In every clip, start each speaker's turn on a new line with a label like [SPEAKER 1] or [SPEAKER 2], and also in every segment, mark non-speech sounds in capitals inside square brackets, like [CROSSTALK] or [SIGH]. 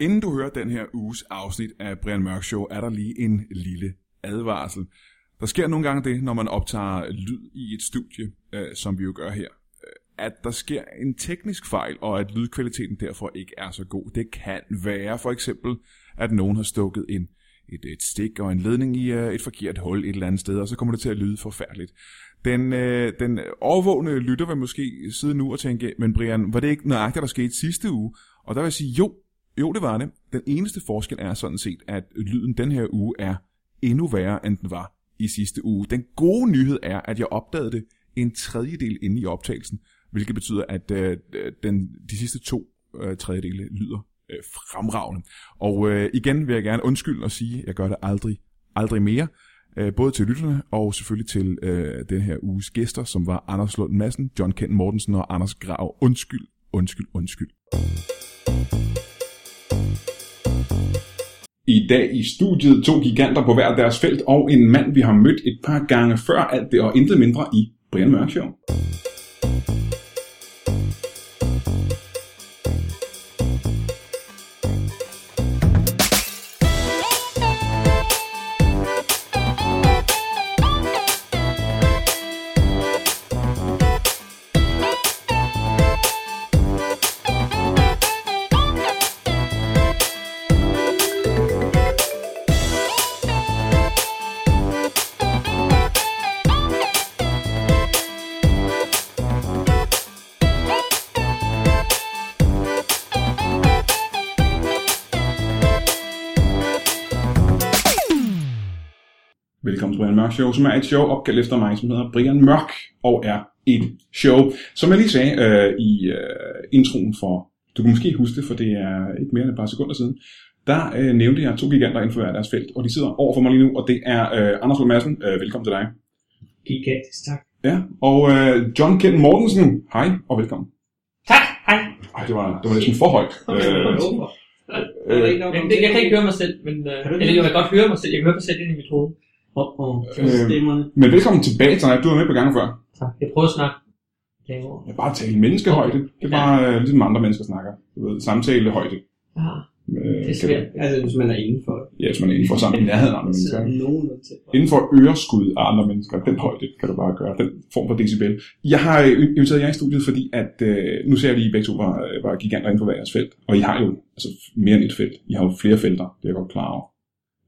[SPEAKER 1] Inden du hører den her uges afsnit af Brian Mørk Show, er der lige en lille advarsel. Der sker nogle gange det, når man optager lyd i et studie, øh, som vi jo gør her, øh, at der sker en teknisk fejl, og at lydkvaliteten derfor ikke er så god. Det kan være for eksempel, at nogen har stukket en, et, et stik og en ledning i øh, et forkert hul et eller andet sted, og så kommer det til at lyde forfærdeligt. Den, øh, den overvågne lytter vil måske sidde nu og tænke, men Brian, var det ikke nøjagtigt, der skete sidste uge? Og der vil jeg sige, jo, jo, det var det. Den eneste forskel er sådan set, at lyden den her uge er endnu værre, end den var i sidste uge. Den gode nyhed er, at jeg opdagede det en tredjedel inde i optagelsen, hvilket betyder, at øh, den, de sidste to øh, tredjedele lyder øh, fremragende. Og øh, igen vil jeg gerne undskylde og sige, at jeg gør det aldrig, aldrig mere. Øh, både til lytterne og selvfølgelig til øh, den her uges gæster, som var Anders Lund Madsen, John Kent Mortensen og Anders Grav. Undskyld, undskyld, undskyld. I dag i studiet to giganter på hver deres felt og en mand, vi har mødt et par gange før alt det, og intet mindre i Brian Mørk Show. Velkommen til Brian Mørk Show, som er et show opkaldt efter mig, som hedder Brian Mørk og er et show. Som jeg lige sagde øh, i øh, introen for, du kan måske huske det, for det er ikke mere end et par sekunder siden, der øh, nævnte jeg to giganter inden for hver deres felt, og de sidder over for mig lige nu, og det er øh, Anders Lund Madsen, øh, velkommen til dig.
[SPEAKER 2] Gigantisk, tak.
[SPEAKER 1] Ja, og øh, John Kent Mortensen, hej og velkommen.
[SPEAKER 3] Tak, hej.
[SPEAKER 1] Ej, det var, det var næsten for højt. Øh,
[SPEAKER 2] Hvorfor?
[SPEAKER 1] Øh,
[SPEAKER 2] Er der ikke nok
[SPEAKER 3] Men
[SPEAKER 2] om
[SPEAKER 3] det, jeg kan
[SPEAKER 2] det?
[SPEAKER 3] ikke høre mig selv, men, øh,
[SPEAKER 2] Kan du ikke?
[SPEAKER 3] eller jo, jeg kan godt høre mig selv. Jeg kan høre mig selv ind i mit hoved.
[SPEAKER 2] Åh, åh,
[SPEAKER 1] Øh,
[SPEAKER 2] stemmerne.
[SPEAKER 1] men velkommen tilbage til dig, du var med på gangen før.
[SPEAKER 3] Tak. Jeg prøver at snakke lavere.
[SPEAKER 1] Jeg bare tale i menneskehøjde. Det er bare øh, ligesom andre mennesker snakker. Du ved, samtalehøjde.
[SPEAKER 3] Ja,
[SPEAKER 1] Øh,
[SPEAKER 3] det er svært.
[SPEAKER 2] Altså, hvis man er indenfor.
[SPEAKER 1] Ja, hvis man er inden for sammen i nærheden af andre
[SPEAKER 2] Så
[SPEAKER 1] mennesker.
[SPEAKER 2] sidder
[SPEAKER 1] ikke?
[SPEAKER 2] nogenlunde til.
[SPEAKER 1] Inden for øreskud af andre mennesker, den højde kan du bare gøre, den form for decibel. Jeg har øh, inviteret jer i studiet, fordi at, øh, nu ser jeg lige, at I begge to var, øh, var giganter inden for hver jeres felt. Og I har jo altså, mere end et felt. I har jo flere felter, det er jeg godt klar over.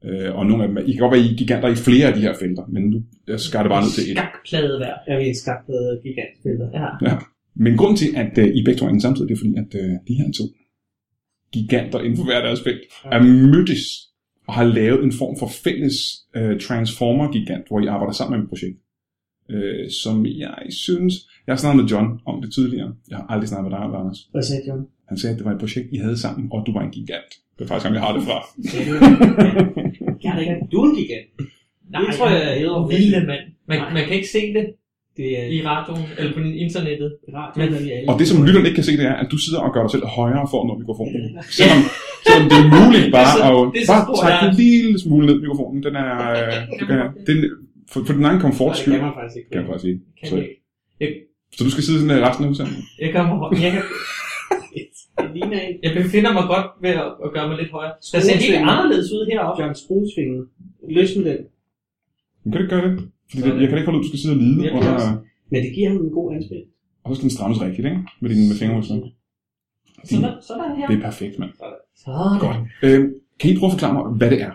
[SPEAKER 1] Øh, og nogle af dem, er- I kan godt være, I er giganter i flere af de her felter, men nu jeg skar det bare ned til et.
[SPEAKER 3] Skakplade hver.
[SPEAKER 2] Jeg vil skabt noget gigantspiller.
[SPEAKER 3] Ja.
[SPEAKER 1] Men grund til, at øh, I begge to er inde samtidig, det er fordi, at øh, de her to giganter inden for hver deres felt er mødtes og har lavet en form for fælles øh, Transformer-gigant, hvor I arbejder sammen med et projekt, øh, som jeg synes... Jeg har snakket med John om det tidligere. Jeg har aldrig snakket med dig om det, Anders.
[SPEAKER 2] Hvad sagde John?
[SPEAKER 1] Han sagde, at det var et projekt, I havde sammen, og du var en gigant. Det er faktisk ham, jeg har det fra.
[SPEAKER 2] [LAUGHS] Jeg er ikke. Du er en gigant.
[SPEAKER 3] Nej,
[SPEAKER 2] Det tror jeg er ædre.
[SPEAKER 3] Vilde mand. Man,
[SPEAKER 2] Nej.
[SPEAKER 3] man kan ikke se det
[SPEAKER 2] Det er
[SPEAKER 3] i radioen eller på internettet.
[SPEAKER 2] rart,
[SPEAKER 3] Men-
[SPEAKER 2] når vi alle.
[SPEAKER 1] Og det, som lytterne ikke kan se, det er, at du sidder og gør dig selv højere foran mod mikrofonen. Selvom, selvom det er muligt bare
[SPEAKER 3] Det er
[SPEAKER 1] at
[SPEAKER 3] så- det er så
[SPEAKER 1] bare
[SPEAKER 3] stor,
[SPEAKER 1] trække
[SPEAKER 3] der er.
[SPEAKER 1] en lille smule ned mikrofonen. Den er, øh, det kan, den, for, for din egen
[SPEAKER 2] Og
[SPEAKER 1] komfort
[SPEAKER 2] det
[SPEAKER 1] skyld,
[SPEAKER 2] kan man faktisk ikke.
[SPEAKER 1] kan jeg bare sige.
[SPEAKER 3] Kan
[SPEAKER 1] Så,
[SPEAKER 3] jeg ikke.
[SPEAKER 1] så du skal sidde sådan her resten af udsendelsen.
[SPEAKER 3] Jeg, kommer, jeg, kan,
[SPEAKER 2] [LAUGHS] Det ligner en.
[SPEAKER 3] jeg befinder mig godt ved at, at gøre mig lidt højere. Der ser helt
[SPEAKER 2] Skruesvinger.
[SPEAKER 3] anderledes ud heroppe.
[SPEAKER 2] John Skruesvingen. Løs med den.
[SPEAKER 1] Men kan du ikke gøre det? Fordi det,
[SPEAKER 2] Sådan.
[SPEAKER 1] jeg kan ikke holde ud, at du skal sidde og lide,
[SPEAKER 2] Jeg
[SPEAKER 1] og,
[SPEAKER 2] kan også. Men det giver ham en god anspil.
[SPEAKER 1] og så skal den strammes rigtigt, ikke? Med dine med fingre. Sådan.
[SPEAKER 3] Sådan, sådan her.
[SPEAKER 1] Det er perfekt, mand.
[SPEAKER 3] Sådan.
[SPEAKER 1] Godt. Øh, kan I prøve at forklare mig, hvad det er?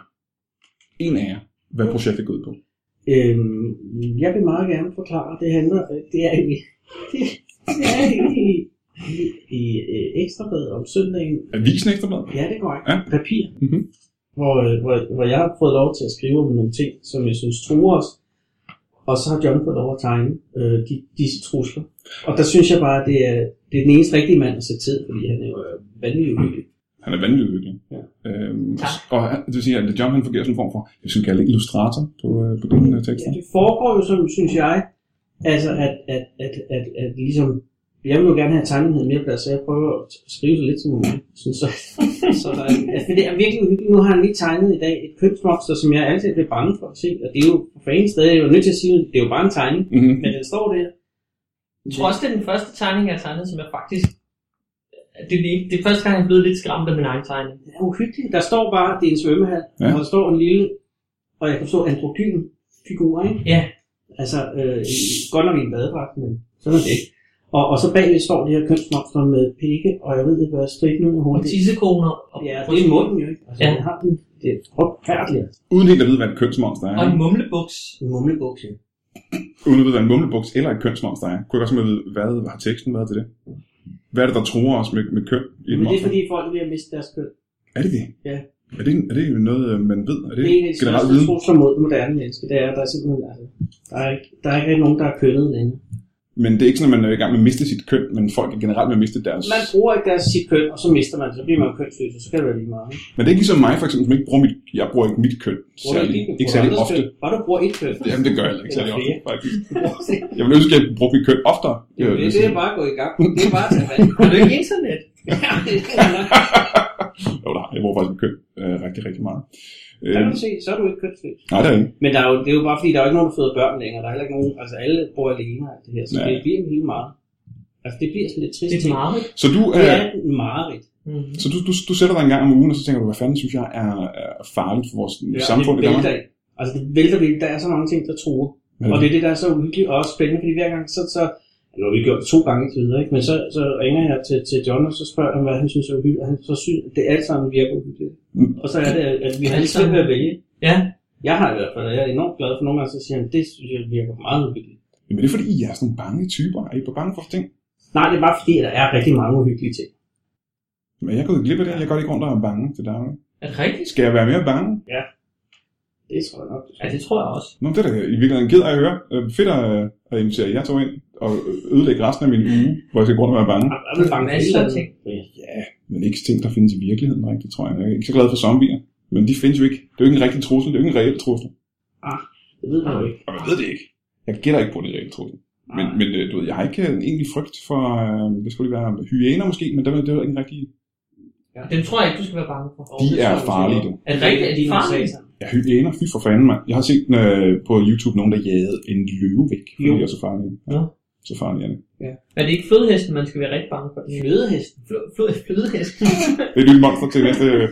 [SPEAKER 1] En af jer, hvad projektet går ud på.
[SPEAKER 2] Øhm, jeg vil meget gerne forklare, det handler, det er i, [LAUGHS] det er i, i, i, i ekstrabladet om søndagen,
[SPEAKER 1] Avisen Ekstrablad?
[SPEAKER 2] Ja, det er korrekt.
[SPEAKER 1] Ja.
[SPEAKER 2] Ja. Papir.
[SPEAKER 1] Mhm.
[SPEAKER 2] Hvor, øh, hvor, hvor jeg har fået lov til at skrive om nogle ting, som jeg synes truer os. Og så har John fået lov at tegne øh, de, disse trusler. Og der synes jeg bare, at det er, det er den eneste rigtige mand at sætte tid, fordi han er jo øh, vanvittig uhyggelig.
[SPEAKER 1] Han er vanvittig virkelig.
[SPEAKER 2] Ja.
[SPEAKER 1] Øhm,
[SPEAKER 3] Tak.
[SPEAKER 1] og han, det vil sige, at John han fungerer som en form for, jeg skal kalde det illustrator på, øh, på dine øh,
[SPEAKER 2] Ja,
[SPEAKER 1] tekster.
[SPEAKER 2] det foregår jo som, synes jeg, altså at, at, at, at, at ligesom, jeg vil jo gerne have tegnet mere plads, så jeg prøver at skrive det lidt som muligt. Sådan så, så der er, altså, men det er virkelig uhyggeligt. Nu har han lige tegnet i dag et kønsmonster, som jeg altid blev bange for at se, og det er jo for fanden stadig, jeg er jo nødt til at sige, at det er jo bare en tegning,
[SPEAKER 1] Mm-hmm.
[SPEAKER 2] men den står der.
[SPEAKER 3] Jeg tror også, det er den første tegning, jeg har tegnet, som jeg faktisk
[SPEAKER 4] det, er den ene- det er første gang, jeg er blevet lidt skræmt af min egen tegning.
[SPEAKER 2] Det er uhyggeligt. Der står bare, det er en svømmehal,
[SPEAKER 1] Ja.
[SPEAKER 2] ja. og der står en lille, og jeg kan forstå, androgyn figur, ikke?
[SPEAKER 4] Ja,
[SPEAKER 2] Altså, øh, i- godt nok i en badedragt, men sådan er det. Og, og så bagved står det her kønsmonster med pikke, og jeg ved ikke, hvad stridende og
[SPEAKER 4] og
[SPEAKER 2] hovedet.
[SPEAKER 4] tissekoner. Og,
[SPEAKER 2] Ja, det er munden jo ikke. Altså,
[SPEAKER 4] Ja.
[SPEAKER 2] ja. den har den. Det er forfærdeligt.
[SPEAKER 1] Uden helt at vide, hvad et kønsmonster er.
[SPEAKER 4] og en
[SPEAKER 1] ikke?
[SPEAKER 4] mumlebuks.
[SPEAKER 2] En mumlebukse.
[SPEAKER 1] Uden at vide, hvad en mumlebuks eller et kønsmonster er. Kunne jeg godt simpelthen vide, hvad har teksten været til det? Hvad er det, der tror os med, med køn i et
[SPEAKER 2] Men det er
[SPEAKER 1] monster?
[SPEAKER 2] fordi, folk er ved at miste deres køn.
[SPEAKER 1] Er det det?
[SPEAKER 2] Ja.
[SPEAKER 1] Er det, er det noget, øh, man ved? Er det,
[SPEAKER 2] Det er en af de
[SPEAKER 1] generelt
[SPEAKER 2] største
[SPEAKER 1] viden?
[SPEAKER 2] trusler mod det moderne menneske, det er, at der er simpelthen, altså, der er ikke, der er ikke rigtig nogen, der er kønnet længere.
[SPEAKER 1] Men det er ikke sådan, at man er i gang med at miste sit køn, men folk er generelt med at miste deres...
[SPEAKER 2] Man bruger ikke deres sit køn, og så mister man det, så bliver man kønsløs, og så kan det være lige meget. ikke?
[SPEAKER 1] Men det er ikke ligesom mig, for eksempel, som ikke bruger mit... Jeg bruger ikke mit køn
[SPEAKER 2] Bruger du
[SPEAKER 1] særlig,
[SPEAKER 2] dit
[SPEAKER 1] ikke
[SPEAKER 2] køn? Bruger du
[SPEAKER 1] særlig
[SPEAKER 2] andres
[SPEAKER 1] ofte.
[SPEAKER 2] Køn, og du bruger et køn.
[SPEAKER 1] Jamen, det gør jeg heller ikke
[SPEAKER 2] Eller
[SPEAKER 1] særlig ofte,
[SPEAKER 2] flere.
[SPEAKER 1] faktisk.
[SPEAKER 2] [LAUGHS]
[SPEAKER 1] Jeg ville ønske, at jeg brugte mit køn oftere.
[SPEAKER 2] Det,
[SPEAKER 1] vil jeg
[SPEAKER 2] det, det
[SPEAKER 1] sige.
[SPEAKER 2] er bare at gå i [LAUGHS] gang. Det er bare at tage fat.
[SPEAKER 4] Har du ikke internet?
[SPEAKER 2] Ja, det er nok.
[SPEAKER 1] Jo, der har. Jeg bruger faktisk mit køn øh, rigtig, rigtig meget. Øh,
[SPEAKER 2] Kan du se, så er du ikke kønsløs.
[SPEAKER 1] nej, det er ikke.
[SPEAKER 2] Men der er jo, det er jo bare fordi, der er jo ikke nogen, der føder børn længere. Der er heller ikke nogen, altså alle bor alene og alt det her, så
[SPEAKER 1] Ja.
[SPEAKER 2] ja. det bliver helt meget. Altså det bliver sådan lidt trist.
[SPEAKER 4] Det er meget.
[SPEAKER 1] Så du,
[SPEAKER 2] Det
[SPEAKER 1] øh,
[SPEAKER 2] er meget
[SPEAKER 4] Mm.
[SPEAKER 1] så du, du, du sætter dig en gang om ugen, og så tænker du, hvad fanden synes jeg er, er farligt for vores
[SPEAKER 2] Ja,
[SPEAKER 1] samfund i
[SPEAKER 2] det
[SPEAKER 1] Danmark?
[SPEAKER 2] vælter ind. Altså det vælter vildt. Der er så mange ting, der truer.
[SPEAKER 1] Ja.
[SPEAKER 2] Ja. Og det er det, der er så uhyggeligt og også spændende, fordi hver gang så... så nu har vi gjort det to gange til videre, ikke? men så, så ringer jeg til, til John, og så spørger han, hvad han synes er uhyggeligt, og han så synes, at det alt sammen virker uhyggeligt.
[SPEAKER 1] Mm.
[SPEAKER 2] Og så er det, at vi har
[SPEAKER 4] Alt
[SPEAKER 2] lidt svært
[SPEAKER 4] sammen.
[SPEAKER 2] ved at vælge.
[SPEAKER 4] Ja,
[SPEAKER 2] Jeg har i hvert fald, og jeg er enormt glad for nogle gange, så siger han, det synes jeg virker meget uhyggeligt.
[SPEAKER 1] Jamen, det er fordi, I er sådan nogle bange typer. Er I på bange for ting?
[SPEAKER 2] Nej, det er bare fordi, at der er rigtig mange uhyggelige ting.
[SPEAKER 1] Men jeg er gået glip af det, jeg går ikke rundt og er bange til daglig.
[SPEAKER 4] er det rigtigt?
[SPEAKER 1] Skal jeg være mere bange?
[SPEAKER 2] Det tror jeg nok.
[SPEAKER 4] Ja, det tror jeg også.
[SPEAKER 1] Nå, det er da i virkeligheden ked af at høre. Øh, fedt at, øh, at invitere jer to ind og ødelægge resten af min uge, hvor jeg skal gå rundt og være bange.
[SPEAKER 2] Jeg er vel bange for
[SPEAKER 4] Masser af
[SPEAKER 2] hele
[SPEAKER 4] ting.
[SPEAKER 2] tiden.
[SPEAKER 1] Ja, men ikke ting, der findes i virkeligheden rigtigt, tror jeg. Jeg er ikke så glad for zombier, men de findes jo ikke. Det er jo ikke en rigtig trussel, det er jo ikke en reel trussel.
[SPEAKER 2] Det ved man jo ikke.
[SPEAKER 1] Og jeg ved det ikke. Jeg gætter ikke på, at det er en reel trussel. Men, men øh, du ved, jeg har ikke en egentlig frygt for, øh, det skulle lige være hyæner måske, men dem, er- det er jo ikke en rigtig...
[SPEAKER 4] Den tror jeg ikke, du skal være bange for.
[SPEAKER 1] De er
[SPEAKER 2] tror jeg,
[SPEAKER 1] farlige, du.
[SPEAKER 4] Er det rigtigt, at de er farlige?
[SPEAKER 2] Altså,
[SPEAKER 1] Ja, hyæner, fy for fanden, mand. Jeg har set øh, på YouTube nogen, der jagede en løve væk, fordi
[SPEAKER 2] Jo.
[SPEAKER 1] de er så farlige.
[SPEAKER 4] Ja.
[SPEAKER 1] Så farlige er de.
[SPEAKER 4] Er det ikke flodhesten, man skal være rigtig bange for?
[SPEAKER 2] Flødehest.
[SPEAKER 4] Fl- Flod, flodhesten.
[SPEAKER 1] Det er et nyt monster til næste... øh,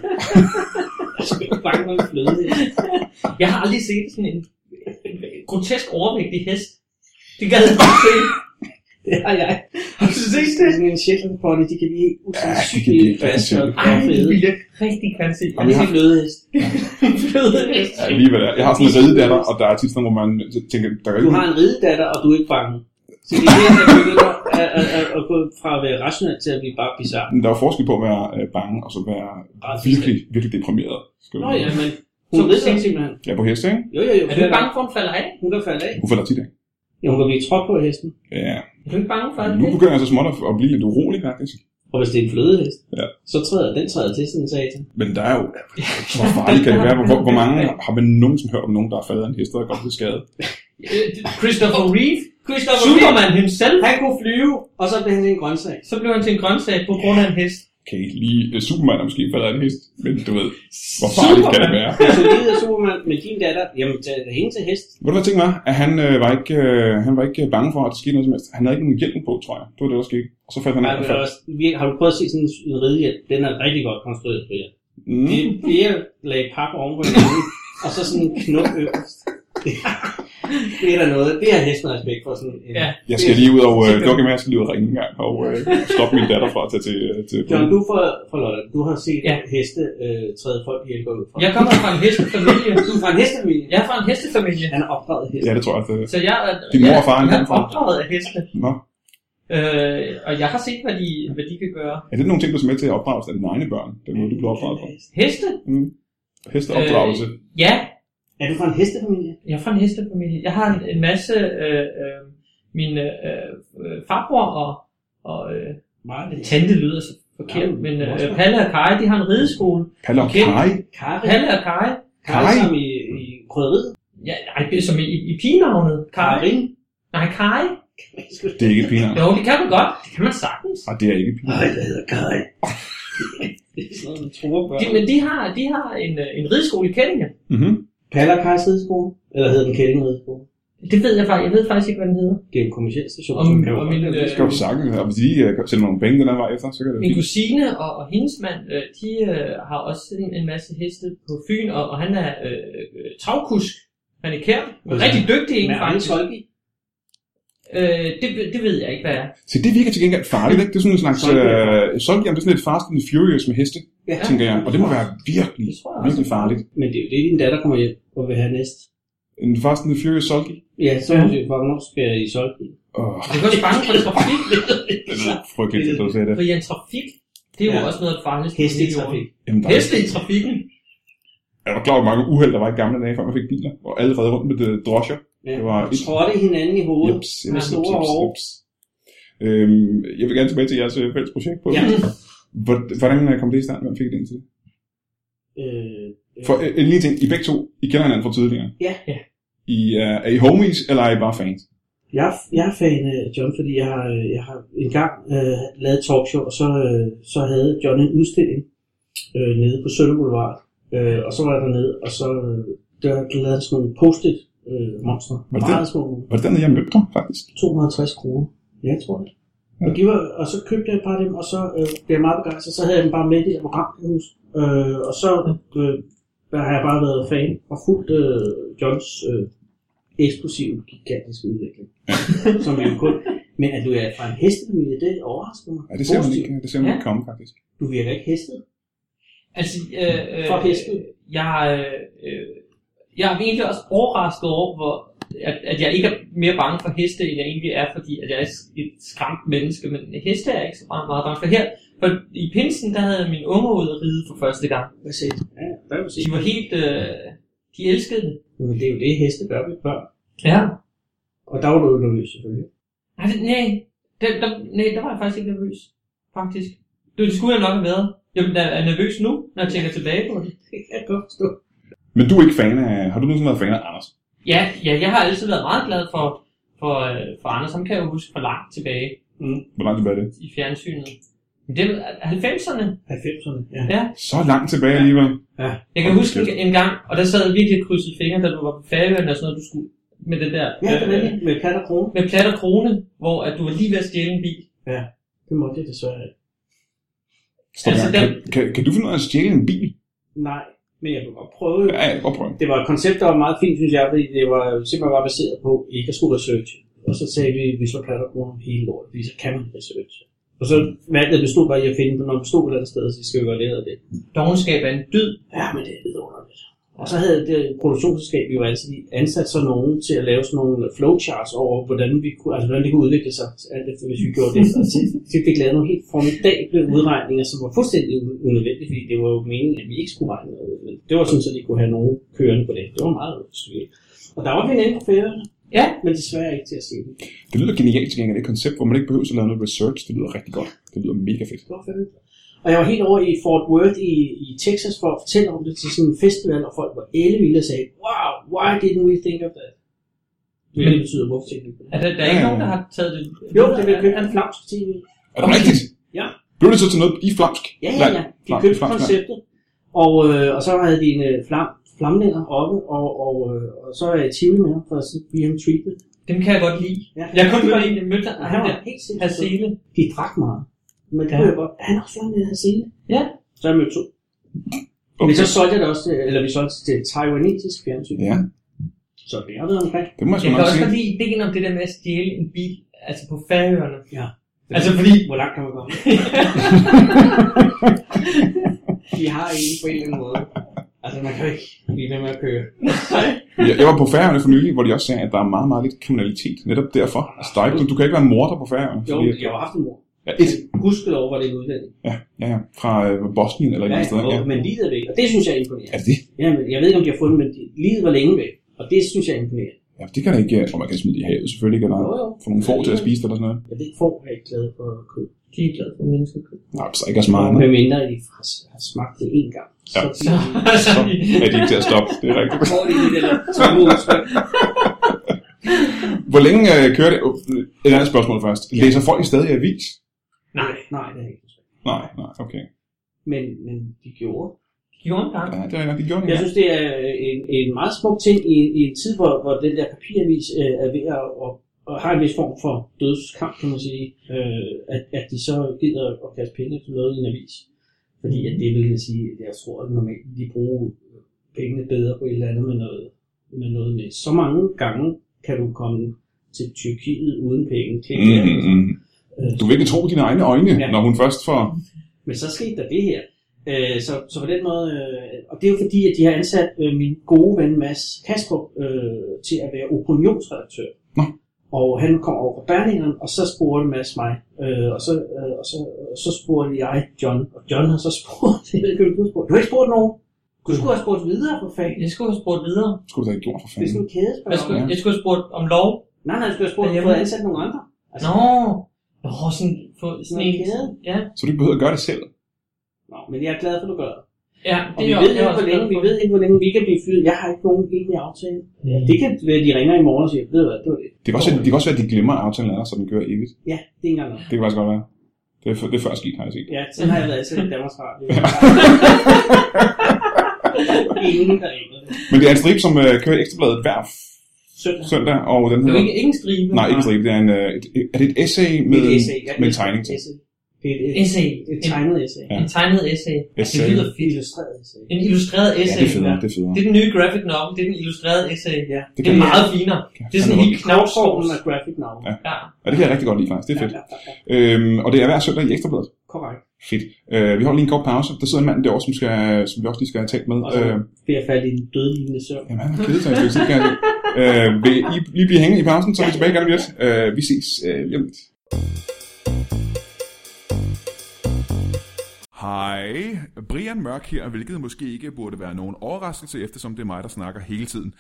[SPEAKER 2] [LAUGHS] Jeg skal ikke bange for en
[SPEAKER 4] [LAUGHS]
[SPEAKER 2] flødehest.
[SPEAKER 4] [LAUGHS] jeg har aldrig set sådan en en grotesk overvægtig hest. Det gad jeg ikke se.
[SPEAKER 2] Det har jeg.
[SPEAKER 4] Har du set det?
[SPEAKER 2] Sådan en Shetland Pony, de kan blive helt
[SPEAKER 1] Ja, de kan
[SPEAKER 2] usandsynlige
[SPEAKER 1] blive
[SPEAKER 2] fast og
[SPEAKER 1] rigtig
[SPEAKER 4] Ej, det
[SPEAKER 2] fede.
[SPEAKER 4] ville jeg rigtig gerne [LAUGHS] se.
[SPEAKER 2] Og det er en flødehest.
[SPEAKER 4] flodhest.
[SPEAKER 1] Ja, alligevel. er- Jeg har sådan en ridedatter, og der er tit sådan, hvor man tænker, der er jo
[SPEAKER 2] Du
[SPEAKER 1] ikke...
[SPEAKER 2] har en ridedatter, og du er ikke bange. Så det er det, der begynder at, at, at, at gå fra at være rationel til at blive bare bizarre.
[SPEAKER 1] Men Der er jo forskel på at være øh, bange, og så være virkelig, virkelig deprimeret. Skal du-
[SPEAKER 2] Nå ja, men hun
[SPEAKER 4] Så
[SPEAKER 2] rider
[SPEAKER 4] sindssygt.
[SPEAKER 2] simpelthen.
[SPEAKER 1] Ja, på heste, ikke?
[SPEAKER 2] Jo, jo, jo.
[SPEAKER 4] Er du ikke bange for, at den falder af?
[SPEAKER 2] Hun kan falde af.
[SPEAKER 1] Hun falder tit af.
[SPEAKER 2] Ja, hun kan blive trådt på af hesten.
[SPEAKER 1] Ja,
[SPEAKER 4] Er du ikke bange for, at
[SPEAKER 1] nu
[SPEAKER 4] det?
[SPEAKER 1] begynder jeg så småt at- at blive lidt urolig, faktisk.
[SPEAKER 2] Og hvis det er en flødehest,
[SPEAKER 1] Ja.
[SPEAKER 2] så træder den træder til sådan en satan.
[SPEAKER 1] Men der er jo... Hvor farligt kan det være? Hvor, hvor, hvor mange
[SPEAKER 2] [LAUGHS]
[SPEAKER 1] har man nogensinde hørt om nogen, der er faldet af en hest, der er godt blevet skadet?
[SPEAKER 4] Øh, Christopher Reeve?
[SPEAKER 2] Christopher Reeve,
[SPEAKER 4] Superman himself?
[SPEAKER 2] han kunne flyve, og så blev han en grøntsag.
[SPEAKER 4] Så blev han til en grøntsag på grund af en hest.
[SPEAKER 1] Okay, lige øh, Superman er måske faldet af en hest, men du ved, hvor farligt kan det være?
[SPEAKER 2] Så lige af Superman, men din datter, jamen tag da hende til hest.
[SPEAKER 1] Ved du hvad ting var? At han, øh, var ikke, øh, han var ikke øh, bange for, at der skete noget som helst. Han havde ikke nogen hjelm på, tror jeg. Det var det, der skete. Og så faldt han af.
[SPEAKER 2] Nej, men der er også, virkelig- har du prøvet at se sådan en, en ridehjem? Den er rigtig godt konstrueret, Fria.
[SPEAKER 1] Mm.
[SPEAKER 2] Det er flere lag pap oven på hinanden, og så sådan en knop øverst. [LAUGHS] det er da noget. Det har hesten respekt for sådan en.
[SPEAKER 4] Ja.
[SPEAKER 1] Jeg skal lige ud og øh, lukke med, jeg skal lige ud og ringe en gang og øh, stoppe min datter fra at tage til... øh, til
[SPEAKER 2] John, du fra, fra Lolland, du har set
[SPEAKER 4] Ja.
[SPEAKER 2] ja. heste øh, træde folk ihjel gå ud fra.
[SPEAKER 4] Jeg kommer fra en hestefamilie.
[SPEAKER 2] Du er fra en hestefamilie.
[SPEAKER 4] Jeg er fra en hestefamilie.
[SPEAKER 2] Han er opdraget hest.
[SPEAKER 1] Ja, det tror jeg. At, øh,
[SPEAKER 4] Så jeg er,
[SPEAKER 1] Din mor og far,
[SPEAKER 4] jeg,
[SPEAKER 1] han
[SPEAKER 4] jeg
[SPEAKER 1] kom
[SPEAKER 4] er
[SPEAKER 1] fra.
[SPEAKER 4] opdraget af heste.
[SPEAKER 1] nå.
[SPEAKER 4] Øh, og jeg har set, hvad de, hvad de kan gøre.
[SPEAKER 1] Er det nogle ting, du er med til at opdrage af dine egne børn? Den måde, du blev opdraget på?
[SPEAKER 4] Heste?
[SPEAKER 1] Mm.
[SPEAKER 4] Øh,
[SPEAKER 1] Hesteopdragelse.
[SPEAKER 4] Ja,
[SPEAKER 2] Er du fra en hestefamilie?
[SPEAKER 4] jeg er fra en hestefamilie. Jeg har en, en masse... Øh, øh, min øh, øh, farbror og, og øh,
[SPEAKER 2] Meget lidt.
[SPEAKER 4] tante lyder så forkert,
[SPEAKER 2] Ja,
[SPEAKER 4] men øh,
[SPEAKER 2] også.
[SPEAKER 4] Palle og Kai, de har en rideskole.
[SPEAKER 1] Palle og
[SPEAKER 4] Okay.
[SPEAKER 1] Kai.
[SPEAKER 2] Kari.
[SPEAKER 4] Palle og Kai,
[SPEAKER 2] Kari som i, i krydderiet.
[SPEAKER 4] ja, nej, det er som i, i, i pigenavnet. Kai.
[SPEAKER 2] Karin.
[SPEAKER 4] Nej, Kai.
[SPEAKER 1] Det er ikke et pinere.
[SPEAKER 4] Jo, det kan man godt. Det kan man sagtens.
[SPEAKER 1] Og det er ikke et pinere.
[SPEAKER 2] Nej, jeg hedder Kari. det er sådan noget, man tror på.
[SPEAKER 4] De, men de har, de har en, øh, en rideskole i Kællinge.
[SPEAKER 1] Mm-hmm.
[SPEAKER 2] Paller Kajs rideskole? Eller hedder den Kælling rideskole?
[SPEAKER 4] Det ved jeg faktisk. Jeg ved faktisk ikke, hvad den hedder.
[SPEAKER 2] Det er jo en kommersiel station.
[SPEAKER 4] Og,
[SPEAKER 2] som
[SPEAKER 4] min,
[SPEAKER 2] kan jo
[SPEAKER 4] og
[SPEAKER 2] godt
[SPEAKER 4] min,
[SPEAKER 2] være
[SPEAKER 1] Det skal jo
[SPEAKER 4] øh,
[SPEAKER 1] sagtens. Og hvis de øh, sender nogle penge den her vej efter, så
[SPEAKER 2] Øh,
[SPEAKER 1] kan det jo
[SPEAKER 4] min
[SPEAKER 1] fint.
[SPEAKER 4] kusine og, og hendes mand, øh, de øh, har også en, en masse heste på Fyn, og, og han er øh, øh, travkusk. Han er kær.
[SPEAKER 2] Altså,
[SPEAKER 4] Rigtig dygtig en,
[SPEAKER 2] Men er det
[SPEAKER 4] faktisk.
[SPEAKER 2] tolke?
[SPEAKER 4] Øh, det, ved- det ved jeg ikke, hvad er.
[SPEAKER 1] Så det virker til gengæld farligt, ikke? Det er sådan en slags...
[SPEAKER 2] Solgjern.
[SPEAKER 1] Øh, Solgjern, det er sådan lidt Fast and the Furious med heste,
[SPEAKER 2] Ja.
[SPEAKER 1] tænker jeg. Og det må være virkelig,
[SPEAKER 4] Det tror jeg
[SPEAKER 1] virkelig
[SPEAKER 4] også.
[SPEAKER 1] farligt.
[SPEAKER 2] Men det er jo det, din datter kommer hjem og vil have næst.
[SPEAKER 1] En Fast and the Furious Solgi.
[SPEAKER 2] Ja, så
[SPEAKER 4] Ja.
[SPEAKER 2] må ja. hvornår skal I solge
[SPEAKER 1] Åh,
[SPEAKER 4] Det kan også bange
[SPEAKER 2] [LAUGHS]
[SPEAKER 4] for trafik.
[SPEAKER 1] det er frygteligt, at du sagde det.
[SPEAKER 4] For ja, trafik, det er jo
[SPEAKER 2] Ja.
[SPEAKER 4] også noget af det farligste. på
[SPEAKER 2] Heste i
[SPEAKER 4] hele jorden.
[SPEAKER 2] trafik.
[SPEAKER 1] Jamen, der er-
[SPEAKER 4] Heste i trafikken.
[SPEAKER 1] er du klar over, hvor mange uheld, der var i gamle dage, før man fik biler? Og alle redde rundt med øh, drosjer.
[SPEAKER 2] Ja.
[SPEAKER 1] Det var et-
[SPEAKER 2] Trådte hinanden i hovedet.
[SPEAKER 1] Jeps,
[SPEAKER 2] Med
[SPEAKER 1] jeps,
[SPEAKER 2] store
[SPEAKER 1] jeps,
[SPEAKER 2] hår.
[SPEAKER 1] jeps. Øhm, jeg vil gerne tilbage til jeres øh, fælles projekt på.
[SPEAKER 2] Ja.
[SPEAKER 1] Hvor- Hvordan øh, kom det i stand? Hvem fik det ind til det?
[SPEAKER 2] Øh, øh,
[SPEAKER 1] For øh, en lille ting. I begge to, I kender hinanden fra tidligere.
[SPEAKER 2] Ja.
[SPEAKER 4] Ja.
[SPEAKER 1] I, øh, er I homies, eller er I bare fans?
[SPEAKER 2] jeg, er, jeg er fan af John, fordi jeg har, øh, jeg har engang øh, lavet et talkshow, og så, øh, så havde John en udstilling øh, nede på Sønder Boulevard. Øh, og så var jeg dernede, og så øh, der lavede jeg sådan nogle post-it øh, monster.
[SPEAKER 1] Var det
[SPEAKER 2] Meget små.
[SPEAKER 1] Var det dernede, jeg mødte dig, faktisk?
[SPEAKER 2] 250 kroner. Ja, tror jeg.
[SPEAKER 1] Ja.
[SPEAKER 2] Og, de var, og så købte jeg et par af dem, og så øh, blev jeg meget begejstret. Så havde jeg dem bare med i det her program, kan jeg huske. Øh, og så øh, der har jeg bare været fan og fulgt øh, Johns øh, eksplosive, gigantiske udvikling. [LAUGHS] som er kun. Men at du er fra en hestefamilie, det overrasker mig.
[SPEAKER 1] Ja, det ser man
[SPEAKER 2] Positivt.
[SPEAKER 1] ikke, det ser man
[SPEAKER 4] Ja.
[SPEAKER 1] ikke komme, faktisk.
[SPEAKER 2] Du virker ikke hestet.
[SPEAKER 4] Altså, øh, øh,
[SPEAKER 2] For hesten.
[SPEAKER 4] Jeg, øh, jeg er egentlig også overrasket over, hvor, at, at jeg ikke er mere bange for heste, end jeg egentlig er, fordi at jeg er et skræmt menneske. Men heste er jeg ikke så meget, meget bange for. Her, for i pinsen, der havde min unger ude at ride for første gang.
[SPEAKER 2] Hvad siger du? Ja, der kan du se.
[SPEAKER 4] De var helt... Øh, de elskede det.
[SPEAKER 2] Men det er jo det, heste gør ved børn.
[SPEAKER 4] Ja.
[SPEAKER 2] Og der var du jo nervøs, selvfølgelig. [LAUGHS]
[SPEAKER 4] Nej, det- nej, der, der, nej, der var jeg faktisk ikke nervøs. Faktisk. Det, det skulle jeg nok have været. Jeg er nervøs nu, når jeg tænker tilbage på det.
[SPEAKER 2] Det kan jeg godt forstå.
[SPEAKER 1] Men du er ikke fan af... Har du nogensinde været fan af Anders?
[SPEAKER 4] Ja, ja, jeg har altid været meget glad for, for, øh, for Anders. Ham kan jeg jo huske for langt tilbage
[SPEAKER 2] Mm.
[SPEAKER 1] Hvor langt tilbage er det?
[SPEAKER 4] i fjernsynet. Men Det er 90'erne.
[SPEAKER 2] 90'erne, ja.
[SPEAKER 1] Så langt tilbage alligevel.
[SPEAKER 4] Jeg kan huske en, en gang, og der sad jeg virkelig krydset fingre, da du var på Færøerne og sådan noget, du skulle med den der...
[SPEAKER 2] Ja, det er
[SPEAKER 4] øh,
[SPEAKER 2] rigtigt. Med kat og krone.
[SPEAKER 4] med plat og krone, hvor at du var lige ved at stjæle en bil.
[SPEAKER 2] Det måtte jeg desværre ikke.
[SPEAKER 1] Stop
[SPEAKER 4] Altså,
[SPEAKER 1] altså, kan, kan, kan, du finde ud af at stjæle en bil?
[SPEAKER 2] Nej, men jeg kunne godt prøve.
[SPEAKER 1] Ja, ja, prøv at prøve.
[SPEAKER 2] Det var et koncept, der var meget fint, synes jeg, fordi det var simpelthen bare baseret på ikke at skulle researche. Og så sagde vi, vi slår platter på hele lort, fordi så kan man researche. Og så valget bestod bare i at finde, når vi stod et eller andet sted, så skal vi gøre det og det.
[SPEAKER 4] Dogenskab er en dyd.
[SPEAKER 2] Ja, men det er lidt underligt. Og så havde det produktionsselskab, vi var altid i, ansat så nogen til at lave sådan nogle øh, flowcharts over, hvordan, vi kunne, altså, hvordan det kunne udvikle sig, alt efter, hvis vi gjorde det. Og så så vi fik lavet nogle helt formidable udregninger, som var fuldstændig u- unødvendige, fordi det var jo meningen, at vi ikke skulle regne noget. ud. Men det var sådan, at de kunne have nogen kørende på det. Det var meget skyldigt. Og der var vi nemme på færgerne,
[SPEAKER 4] Ja,
[SPEAKER 2] men desværre ikke til at se det.
[SPEAKER 1] Det lyder genialt til gengæld, det koncept, hvor man ikke behøver at lave noget research. Det lyder rigtig godt. Det lyder mega fedt.
[SPEAKER 2] Det var fandme. Og jeg var helt over i Fort Worth i, i Texas for at fortælle om det til sådan en festival, og folk var ellevilde og sagde, wow, why didn't we think of that? Det
[SPEAKER 4] Men-
[SPEAKER 2] betyder, hvorfor tænkte vi på det?
[SPEAKER 4] er der, der er ikke
[SPEAKER 1] Ja.
[SPEAKER 4] nogen, der har taget det?
[SPEAKER 2] Jo, det blev købt en flamsk tv.
[SPEAKER 1] Er det rigtigt?
[SPEAKER 2] Ja.
[SPEAKER 1] Blev det så til noget i flamsk?
[SPEAKER 2] Ja, ja, ja. De
[SPEAKER 1] Flamsk-
[SPEAKER 2] købte
[SPEAKER 1] flamsk-
[SPEAKER 2] konceptet. Og, øh, og så havde de en øh, flam, flamlænder oppe, og, og, øh, og så er jeg tivoli med ham for at sige, give ham treatment.
[SPEAKER 4] Dem kan jeg godt lide.
[SPEAKER 2] Ja.
[SPEAKER 4] Jeg kunne godt lide, at mødte ham,
[SPEAKER 2] Og
[SPEAKER 4] han
[SPEAKER 2] han var
[SPEAKER 4] der
[SPEAKER 2] helt sindssygt.
[SPEAKER 4] Hasele.
[SPEAKER 2] De drak meget. Men det
[SPEAKER 4] Ja.
[SPEAKER 2] ja. kunne jeg godt. Han er også flamlænder, han siger.
[SPEAKER 4] Ja.
[SPEAKER 2] Så jeg mødte to. Okay. Men så solgte jeg det også, til- eller vi solgte det til taiwanesisk fjernsyn.
[SPEAKER 1] Ja,
[SPEAKER 2] Så det har været omkring.
[SPEAKER 1] det må jeg sgu
[SPEAKER 4] Jeg kan
[SPEAKER 1] nok
[SPEAKER 4] også
[SPEAKER 1] sige. [LAUGHS]
[SPEAKER 4] godt lide ideen om det der med at stjæle en bil, altså på færøerne.
[SPEAKER 2] Ja.
[SPEAKER 4] Altså fordi,
[SPEAKER 2] Hvor langt kan man komme? De har en på en eller anden måde. Altså, man kan jo ikke blive ved med at køre.
[SPEAKER 1] Jeg, jeg var på færgerne for nylig, hvor de også sagde, at der er meget, meget lidt kriminalitet. Netop derfor. Altså, der er ikke, du, du kan ikke være morder på færgerne.
[SPEAKER 2] Jo,
[SPEAKER 1] fordi at-
[SPEAKER 2] jeg har haft en mor.
[SPEAKER 1] ja, et.
[SPEAKER 2] Husket over, hvor det er en udlænding.
[SPEAKER 1] Ja, ja, ja. Fra øh, Bosnien eller et eller andet sted.
[SPEAKER 2] og-
[SPEAKER 1] Ja.
[SPEAKER 2] men livet er væk. Og det synes jeg er
[SPEAKER 1] Er
[SPEAKER 2] imponerende.
[SPEAKER 1] det det?
[SPEAKER 2] Ja, men jeg ved ikke, om de har fundet, men de- livet var længe væk. Og det synes jeg er imponerende.
[SPEAKER 1] Ja, det kan da ikke... Og man kan smide det i havet selvfølgelig, ikke? Eller
[SPEAKER 2] Jo, jo.
[SPEAKER 1] få nogle får til at spise det eller sådan noget.
[SPEAKER 2] Jeg ved, får er ikke glade for at købe.
[SPEAKER 4] de er glade for menneskekød.
[SPEAKER 1] Nej, så ikke så meget.
[SPEAKER 2] Og [LAUGHS] med mindre, at de har, har smagt det en gang.
[SPEAKER 1] Ja.
[SPEAKER 2] Så bliver de
[SPEAKER 4] Altså,
[SPEAKER 1] Så er de ikke til at stoppe. Det er rigtigt.
[SPEAKER 2] får de lidt, eller tager mod udspil.
[SPEAKER 1] Hvor længe øh, kører det? Øh, Et andet spørgsmål først. Læser folk stadig avis?
[SPEAKER 2] Nej, nej, det er ikke udspil.
[SPEAKER 1] Nej, nej, okay.
[SPEAKER 2] Men, men de gjorde.
[SPEAKER 4] de
[SPEAKER 3] gjorde en gang.
[SPEAKER 1] Ja, det er nok, det gjorde den
[SPEAKER 2] Jeg
[SPEAKER 1] engang.
[SPEAKER 2] synes, det er øh, en, en meget smuk ting i, i en tid, hvor, hvor den der papiravis øh, er ved at og, og har en vis form for dødskamp, kan man sige, øh, at, at de så gider at kaste penge efter noget i en avis. Fordi at det vil jeg sige, at jeg tror, at normalt de bruger pengene bedre på et eller andet med noget med. Noget med. Så mange gange kan du komme til Tyrkiet uden penge. Øh, Klik, mm
[SPEAKER 1] Mm,
[SPEAKER 3] altså.
[SPEAKER 1] mm, mm. Du vil ikke tro dine egne øjne,
[SPEAKER 2] Ja.
[SPEAKER 1] når hun først får...
[SPEAKER 2] Men så skete der det her. Øh, så, så på den måde, øh, og det er jo fordi, at de har ansat øh, min gode ven Mads Kastrup øh, til at være opinionsredaktør.
[SPEAKER 1] Nå.
[SPEAKER 2] Og han kom over på Berningeren, og så spurgte Mads mig, øh, og, så, øh, og, så, og så spurgte jeg John, og John har så spurgt, [LAUGHS] jeg ved ikke, om du har spurgt, du har ikke spurgt nogen, du skulle have spurgt videre for fanden,
[SPEAKER 3] Jeg skulle have spurgt videre.
[SPEAKER 1] Skulle du da ikke gjort for
[SPEAKER 2] det er
[SPEAKER 1] fanden.
[SPEAKER 2] sådan en kædespørg.
[SPEAKER 3] Jeg skulle,
[SPEAKER 1] Ja.
[SPEAKER 3] jeg skulle have spurgt om lov.
[SPEAKER 2] Nej, nej, du skulle have spurgt,
[SPEAKER 3] Derhjemme.
[SPEAKER 2] fået ansat nogle andre.
[SPEAKER 3] Nå, Nå sådan, for, sådan
[SPEAKER 2] Sådan
[SPEAKER 3] en
[SPEAKER 2] en kæde.
[SPEAKER 3] Ja,
[SPEAKER 1] Så du ikke behøver at gøre det selv.
[SPEAKER 2] Nå, men jeg er glad for, at du gør det.
[SPEAKER 3] ja
[SPEAKER 2] Og
[SPEAKER 3] er
[SPEAKER 2] vi
[SPEAKER 3] jeg-
[SPEAKER 2] ved,
[SPEAKER 3] det er
[SPEAKER 2] ikke,
[SPEAKER 3] også
[SPEAKER 2] hvor længe,
[SPEAKER 3] glad
[SPEAKER 2] vi
[SPEAKER 3] for.
[SPEAKER 2] ved ikke, hvor længe vi kan blive fyret. Jeg har ikke nogen egentlig aftale.
[SPEAKER 3] Ja.
[SPEAKER 2] Det kan være, de ringer i morgen og siger, ved du hvad, det var det.
[SPEAKER 1] Det kan, også, være- det kan også være, at de glemmer at aftalen er der, så den kører evigt.
[SPEAKER 2] Ja, det er ikke engang noget.
[SPEAKER 1] Det kan faktisk godt være. Det er, f- det er før sket, har jeg set.
[SPEAKER 2] Ja, sådan har jeg været ansat i Danmarks Radio. [LAUGHS] Ingen, der ringer.
[SPEAKER 1] Men det er en stribe, som øh, kører i ekstrabladet hver f-
[SPEAKER 2] Søndag.
[SPEAKER 1] søndag, og den
[SPEAKER 3] Det er
[SPEAKER 1] hedder...
[SPEAKER 3] jo ikke, ikke en stribe.
[SPEAKER 1] Nej, ikke en stribe. Det er, en, øh, et, er det et essay med,
[SPEAKER 2] Det er et essay. Ja,
[SPEAKER 1] med
[SPEAKER 2] det er
[SPEAKER 1] en tegning til?
[SPEAKER 2] et essay. Det er et, et,
[SPEAKER 3] Essay.
[SPEAKER 2] et
[SPEAKER 3] En,
[SPEAKER 2] tegnet essay.
[SPEAKER 1] Ja.
[SPEAKER 3] en tegnet essay.
[SPEAKER 1] Essay.
[SPEAKER 3] Det lyder
[SPEAKER 2] Et
[SPEAKER 3] fedt.
[SPEAKER 2] illustreret essay.
[SPEAKER 3] En illustreret
[SPEAKER 1] Ja,
[SPEAKER 3] essay.
[SPEAKER 1] det er federe. Det er federe.
[SPEAKER 3] det er den nye graphic novel. Det er den illustrerede essay.
[SPEAKER 1] Det
[SPEAKER 2] Ja.
[SPEAKER 3] Det
[SPEAKER 1] kan
[SPEAKER 3] er
[SPEAKER 1] jeg-
[SPEAKER 3] meget finere.
[SPEAKER 1] kan jeg
[SPEAKER 3] Det er sådan
[SPEAKER 1] fandme
[SPEAKER 3] helt
[SPEAKER 2] Knavsformen
[SPEAKER 3] knavsformen.
[SPEAKER 2] er graphic novel.
[SPEAKER 1] Ja.
[SPEAKER 3] Ja.
[SPEAKER 1] godt. Og det kan jeg rigtig godt lide, faktisk. Det er fedt.
[SPEAKER 2] Ja, ja, ja.
[SPEAKER 1] Øhm, og det er hver søndag i Ekstrabladet.
[SPEAKER 2] Korrekt.
[SPEAKER 1] Fedt. Øh, vi holder lige en kort pause. Der sidder en mand derovre, som, skal, som vi også lige skal have talt med.
[SPEAKER 2] Og så
[SPEAKER 1] Øh,
[SPEAKER 2] bliver jeg faldet i en dødlignende søvn.
[SPEAKER 1] jamen, han har kedet sig i et stykke tid, kan jeg se. øh, vil I lige blive hængende i pausen, så er vi tilbage igen om lidt. Øh, vi ses øh, lige om lidt. Hej, Brian Mørk her, hvilket måske ikke burde være nogen overraskelse, eftersom det er mig, der snakker hele tiden.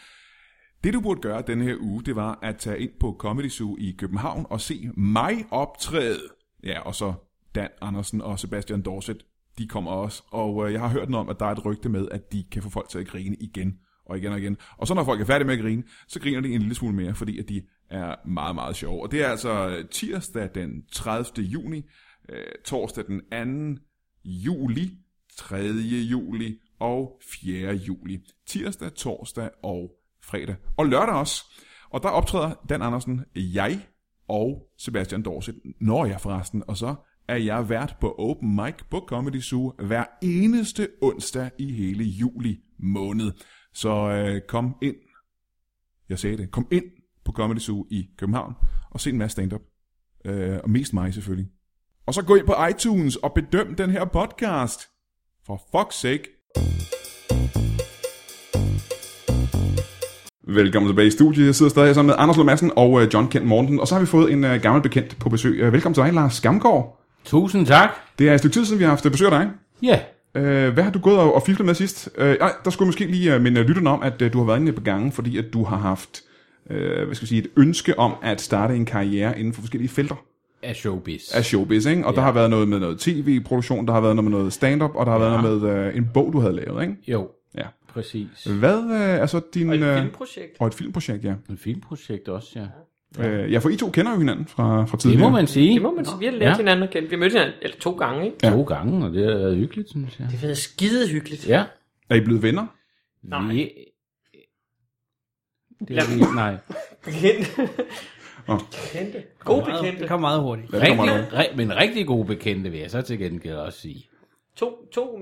[SPEAKER 1] Det du burde gøre denne her uge, det var at tage ind på Comedy Zoo i København og se mig optræde. Ja, og så Dan Andersen og Sebastian Dorset, de kommer også. Og øh, jeg har hørt noget om, at der er et rygte med, at de kan få folk til at grine igen og igen og igen. Og så når folk er færdige med at grine, så griner de en lille smule mere, fordi at de er meget, meget sjove. Og det er altså tirsdag den 30. juni, øh, torsdag den 2. juli, 3. juli og 4. juli. Tirsdag, torsdag og fredag. Og lørdag også. Og der optræder Dan Andersen, jeg og Sebastian Dorset, når jeg forresten. Og så er jeg vært på Open Mic på Comedy Zoo hver eneste onsdag i hele juli måned. Så øh, kom ind. Jeg sagde det. Kom ind på Comedy Zoo i København og se en masse stand-up. Øh, og mest mig selvfølgelig. Og så gå ind på iTunes og bedøm den her podcast. For fuck's sake. Velkommen tilbage i studiet. Jeg sidder stadig sammen med Anders Lund Madsen og øh, John Kent Mortensen. Og så har vi fået en øh, gammel bekendt på besøg. Øh, Velkommen til dig, Lars Skamgaard.
[SPEAKER 5] Tusind tak.
[SPEAKER 1] Det er et stykke tid siden, vi har haft øh, besøg af dig.
[SPEAKER 5] Ja,
[SPEAKER 1] Øh, Hvad har du gået og og filtret med sidst? Øh, Ej, der skulle jeg måske lige øh, minde lytterne om, at øh, du har været inde på gangen, fordi at du har haft øh, hvad skal jeg sige, et ønske om at starte en karriere inden for forskellige felter.
[SPEAKER 5] af showbiz.
[SPEAKER 1] af showbiz, ikke? Og ja. der har været noget med noget tv-produktion, der har været noget med noget stand-up, og der har ja. været noget med øh, en bog, du havde lavet, ikke?
[SPEAKER 5] Jo,
[SPEAKER 1] Ja.
[SPEAKER 5] præcis.
[SPEAKER 1] Hvad øh, er så din... Og et, øh,
[SPEAKER 3] filmprojekt.
[SPEAKER 1] og et filmprojekt, ja.
[SPEAKER 5] En filmprojekt også, ja.
[SPEAKER 1] ja. Øh, ja, for I to kender jo hinanden fra, fra
[SPEAKER 5] Det
[SPEAKER 1] tidligere.
[SPEAKER 5] må man sige.
[SPEAKER 4] Det må man sige. Vi har lært
[SPEAKER 5] Ja.
[SPEAKER 4] ja. hinanden at kende. Vi mødte hinanden eller to gange, ikke?
[SPEAKER 5] To gange, og det har været hyggeligt, synes jeg.
[SPEAKER 4] Det har været skide hyggeligt.
[SPEAKER 5] Ja.
[SPEAKER 1] Er I blevet venner?
[SPEAKER 4] Nej.
[SPEAKER 5] Vi... Det er vi... Nej.
[SPEAKER 4] Bekendte.
[SPEAKER 1] Nå.
[SPEAKER 4] Bekendte. Gode bekendte.
[SPEAKER 6] Det kom meget hurtigt.
[SPEAKER 1] Hvad kommer
[SPEAKER 5] Rigtig,
[SPEAKER 1] der?
[SPEAKER 5] re, men rigtig gode bekendte, vil jeg så til gengæld også sige.
[SPEAKER 4] To, to,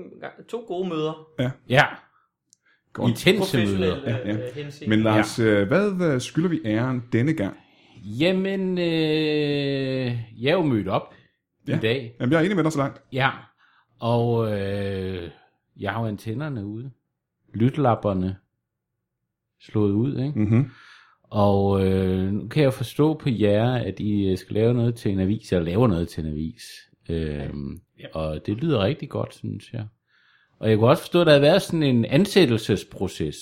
[SPEAKER 4] to gode møder.
[SPEAKER 5] Ja.
[SPEAKER 1] Godt.
[SPEAKER 5] Intense møder.
[SPEAKER 4] Professionelle
[SPEAKER 1] Ja,
[SPEAKER 4] ja,
[SPEAKER 1] ja.
[SPEAKER 4] ja. hensigter.
[SPEAKER 1] Men Lars, ja. hvad øh, skylder vi æren denne gang?
[SPEAKER 5] Jamen, øh, jeg er jo mødt op ja.
[SPEAKER 1] Ja.
[SPEAKER 5] i dag.
[SPEAKER 1] Jamen, jeg er enig med dig så langt.
[SPEAKER 5] Ja. Og øh, jeg har jo antennerne ude. Lytlapperne slået ud, ikke?
[SPEAKER 1] Mm-hmm.
[SPEAKER 5] Og øh, nu kan jeg forstå på jer, at I øh, skal lave noget til en avis, eller laver noget til en avis. Øhm, ja. Og det lyder rigtig godt, synes jeg. Og jeg kunne også forstå, at der har været sådan en ansættelsesproces,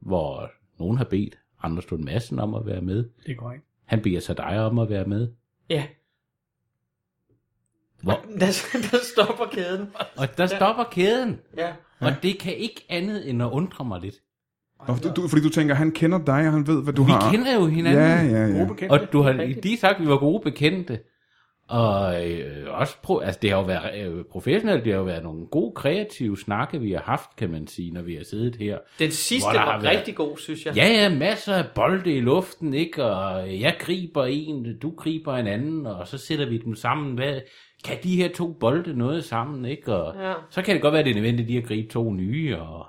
[SPEAKER 5] hvor nogen har bedt Anders Lund Madsen om at være med.
[SPEAKER 6] Det er korrekt.
[SPEAKER 5] Han beder så dig om at være med.
[SPEAKER 4] Ja.
[SPEAKER 5] Hvor?
[SPEAKER 4] [LAUGHS] Der, der stopper kæden.
[SPEAKER 5] Og der stopper kæden.
[SPEAKER 4] Ja.
[SPEAKER 5] Og det kan ikke andet end at undre mig lidt.
[SPEAKER 1] Nå, du, du, fordi du tænker, han kender dig, og han ved, hvad du
[SPEAKER 5] Vi
[SPEAKER 1] har.
[SPEAKER 5] kender jo hinanden.
[SPEAKER 1] Ja, ja, ja.
[SPEAKER 6] Gode bekendte.
[SPEAKER 5] Og du har lige sagt, at vi var gode bekendte. Og øh, også pro, altså det har jo været øh, professionelt, det har jo været nogle gode kreative snakke, vi har haft, kan man sige, når vi har siddet her.
[SPEAKER 4] Den sidste
[SPEAKER 5] Hvor der
[SPEAKER 4] var
[SPEAKER 5] har været-
[SPEAKER 4] rigtig god, synes jeg.
[SPEAKER 5] Ja, ja, masser af bolde i luften, ikke? Og øh, jeg griber en, du griber en anden, og så sætter vi dem sammen. Hvad, kan de her to bolde noget sammen, ikke? Og
[SPEAKER 4] Ja.
[SPEAKER 5] så kan det godt være, det er nødvendigt lige at gribe to nye, og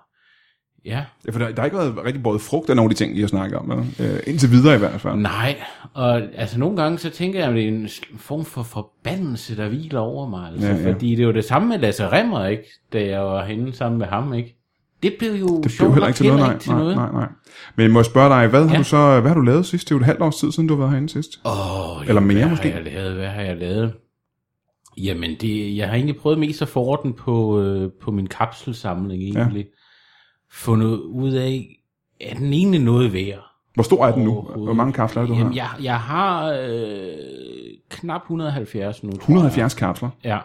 [SPEAKER 5] ja.
[SPEAKER 1] Ja, for der, der har ikke været rigtig både frugt af nogle af de ting, I har snakket om. vel? Øh, indtil videre i hvert fald.
[SPEAKER 5] Nej, og altså nogle gange så tænker jeg, at det er en sl- form for forbandelse, der hviler over mig. Altså,
[SPEAKER 1] Ja,
[SPEAKER 5] ja,
[SPEAKER 1] ja.
[SPEAKER 5] ja. Fordi det var det samme med Lasse Remmer, ikke? Da jeg var henne sammen med ham, ikke? Det blev jo
[SPEAKER 1] Det blev
[SPEAKER 5] sjovt
[SPEAKER 1] heller
[SPEAKER 5] nok
[SPEAKER 1] ikke til noget, nej,
[SPEAKER 5] ikke
[SPEAKER 1] nej, nej, nej. Men må jeg spørge dig, hvad, ja. har
[SPEAKER 5] Ja.
[SPEAKER 1] du så, hvad har du lavet sidst? Det er jo et halvt års tid siden, du har været herinde sidst.
[SPEAKER 5] Åh,
[SPEAKER 1] Eller mere
[SPEAKER 5] hvad
[SPEAKER 1] måske?
[SPEAKER 5] Har jeg lavet? Hvad har jeg lavet? Jamen, det, jeg har egentlig prøvet mest at få orden på, øh, på min kapselsamling egentlig. Ja. Fundet ud af, er den egentlig noget værd?
[SPEAKER 1] Hvor stor er den nu?
[SPEAKER 5] overhovedet?
[SPEAKER 1] Hvor mange kapsler er det, du
[SPEAKER 5] Jamen,
[SPEAKER 1] har?
[SPEAKER 5] jeg, jeg har øh, knap 170 nu. tror jeg.
[SPEAKER 1] 170 kapsler.
[SPEAKER 5] Ja.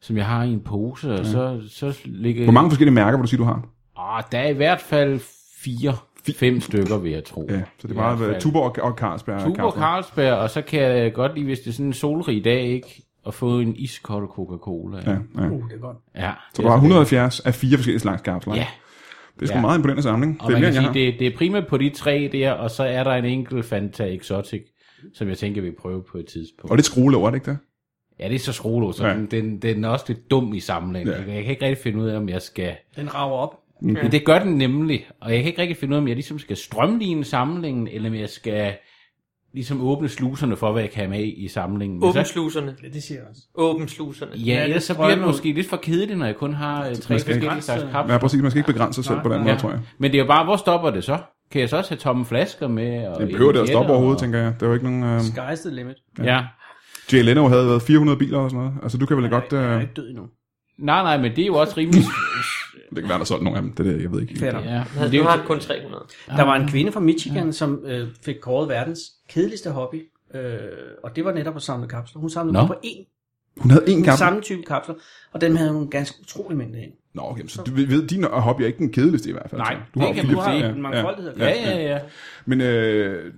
[SPEAKER 5] Som jeg har i en pose, og så, så ligger...
[SPEAKER 1] Hvor mange forskellige mærker, vil du sige, du har?
[SPEAKER 5] Ah, der er i hvert fald fire, fem stykker, vil jeg tro.
[SPEAKER 1] Ja, så det
[SPEAKER 5] I
[SPEAKER 1] er bare
[SPEAKER 5] hvert
[SPEAKER 1] øh,
[SPEAKER 5] fald.
[SPEAKER 1] Tuborg og- og Carlsberg.
[SPEAKER 5] Tuborg og
[SPEAKER 1] kapsler.
[SPEAKER 5] Carlsberg, og så kan jeg godt lide, hvis det er sådan en solrig dag, ikke? At få en iskold Coca-Cola.
[SPEAKER 1] Ja, ja.
[SPEAKER 6] Uh, det er godt.
[SPEAKER 5] ja
[SPEAKER 1] Så du har 170 af fire forskellige slags kapsler.
[SPEAKER 5] Ja,
[SPEAKER 1] Det er sgu
[SPEAKER 5] Ja.
[SPEAKER 1] meget imponerende samling.
[SPEAKER 5] og
[SPEAKER 1] det er
[SPEAKER 5] man
[SPEAKER 1] mere,
[SPEAKER 5] kan
[SPEAKER 1] end jeg
[SPEAKER 5] sige,
[SPEAKER 1] har.
[SPEAKER 5] det, det er primært på de tre der, og så er der en enkelt Fanta Exotic, som jeg tænker, vi prøver på et tidspunkt.
[SPEAKER 1] Og det er skruelåret, ikke det?
[SPEAKER 5] Ja, det er så skruelås, så
[SPEAKER 1] Ja.
[SPEAKER 5] den, den, den er også lidt dum i sammenligning.
[SPEAKER 1] Ja. Mm.
[SPEAKER 5] Ja. Jeg kan ikke rigtig finde ud af, om jeg skal...
[SPEAKER 6] Den rager op.
[SPEAKER 5] Men det gør den nemlig, og jeg kan ikke rigtig finde ud af, om jeg ligesom skal strømligne samlingen, eller om jeg skal ligesom åbne sluserne for, hvad jeg kan have med i samlingen. Men
[SPEAKER 4] Åbn
[SPEAKER 5] så,
[SPEAKER 4] sluserne.
[SPEAKER 6] Ja, det siger jeg også.
[SPEAKER 4] Åbn sluserne.
[SPEAKER 5] ja,
[SPEAKER 6] det
[SPEAKER 5] ellers så
[SPEAKER 6] strømmer
[SPEAKER 5] bliver det
[SPEAKER 6] ud.
[SPEAKER 5] måske lidt for kedeligt, når jeg kun har øh, tre
[SPEAKER 1] Man skal ikke-
[SPEAKER 5] forskellige slags
[SPEAKER 1] Ja,
[SPEAKER 5] kapsler.
[SPEAKER 1] præcis. Man skal ikke begrænse sig selv på den
[SPEAKER 6] nej.
[SPEAKER 1] måde,
[SPEAKER 5] Ja.
[SPEAKER 1] tror jeg.
[SPEAKER 5] Men det er jo bare, hvor stopper det så? Kan jeg så også have tomme flasker med? Og
[SPEAKER 1] Det behøver det at
[SPEAKER 5] etiketter
[SPEAKER 1] stoppe overhovedet,
[SPEAKER 5] og-
[SPEAKER 1] tænker jeg. Der er jo ikke nogen... Øh...
[SPEAKER 6] Sky's the limit.
[SPEAKER 5] Ja.
[SPEAKER 1] Jay Leno havde været 400 biler og sådan noget. Altså, du kan vel godt...
[SPEAKER 6] Jeg
[SPEAKER 1] Øh...
[SPEAKER 6] er ikke død endnu.
[SPEAKER 5] Nej, nej, men det er jo også
[SPEAKER 1] [LAUGHS]
[SPEAKER 5] rimelig...
[SPEAKER 1] Det kan være, der er solgt nogle af dem. Det der, jeg ved ikke.
[SPEAKER 6] Fatter.
[SPEAKER 5] ja, men det
[SPEAKER 4] Du
[SPEAKER 5] er
[SPEAKER 4] har
[SPEAKER 5] jo...
[SPEAKER 4] kun 300.
[SPEAKER 6] Der var en
[SPEAKER 1] Ah.
[SPEAKER 6] kvinde fra Michigan, ja. som øh, fik kåret verdens kedeligste hobby. Øh, og det var netop at samle kapsler. Hun samlede
[SPEAKER 5] Nå.
[SPEAKER 6] no. på én,
[SPEAKER 1] Hun havde én
[SPEAKER 6] den
[SPEAKER 1] gammel...
[SPEAKER 6] samme type kapsler, og den havde hun ganske utrolig mængde af.
[SPEAKER 1] Nå, okay, så du ved, din hobby er ikke den kedeligste i hvert fald.
[SPEAKER 5] Nej,
[SPEAKER 1] så.
[SPEAKER 5] det
[SPEAKER 1] jo
[SPEAKER 5] kan
[SPEAKER 1] fire.
[SPEAKER 5] du se.
[SPEAKER 6] En mangfoldighed af
[SPEAKER 1] Ja,
[SPEAKER 5] Ja,
[SPEAKER 1] ja,
[SPEAKER 5] ja, ja.
[SPEAKER 1] Men øh,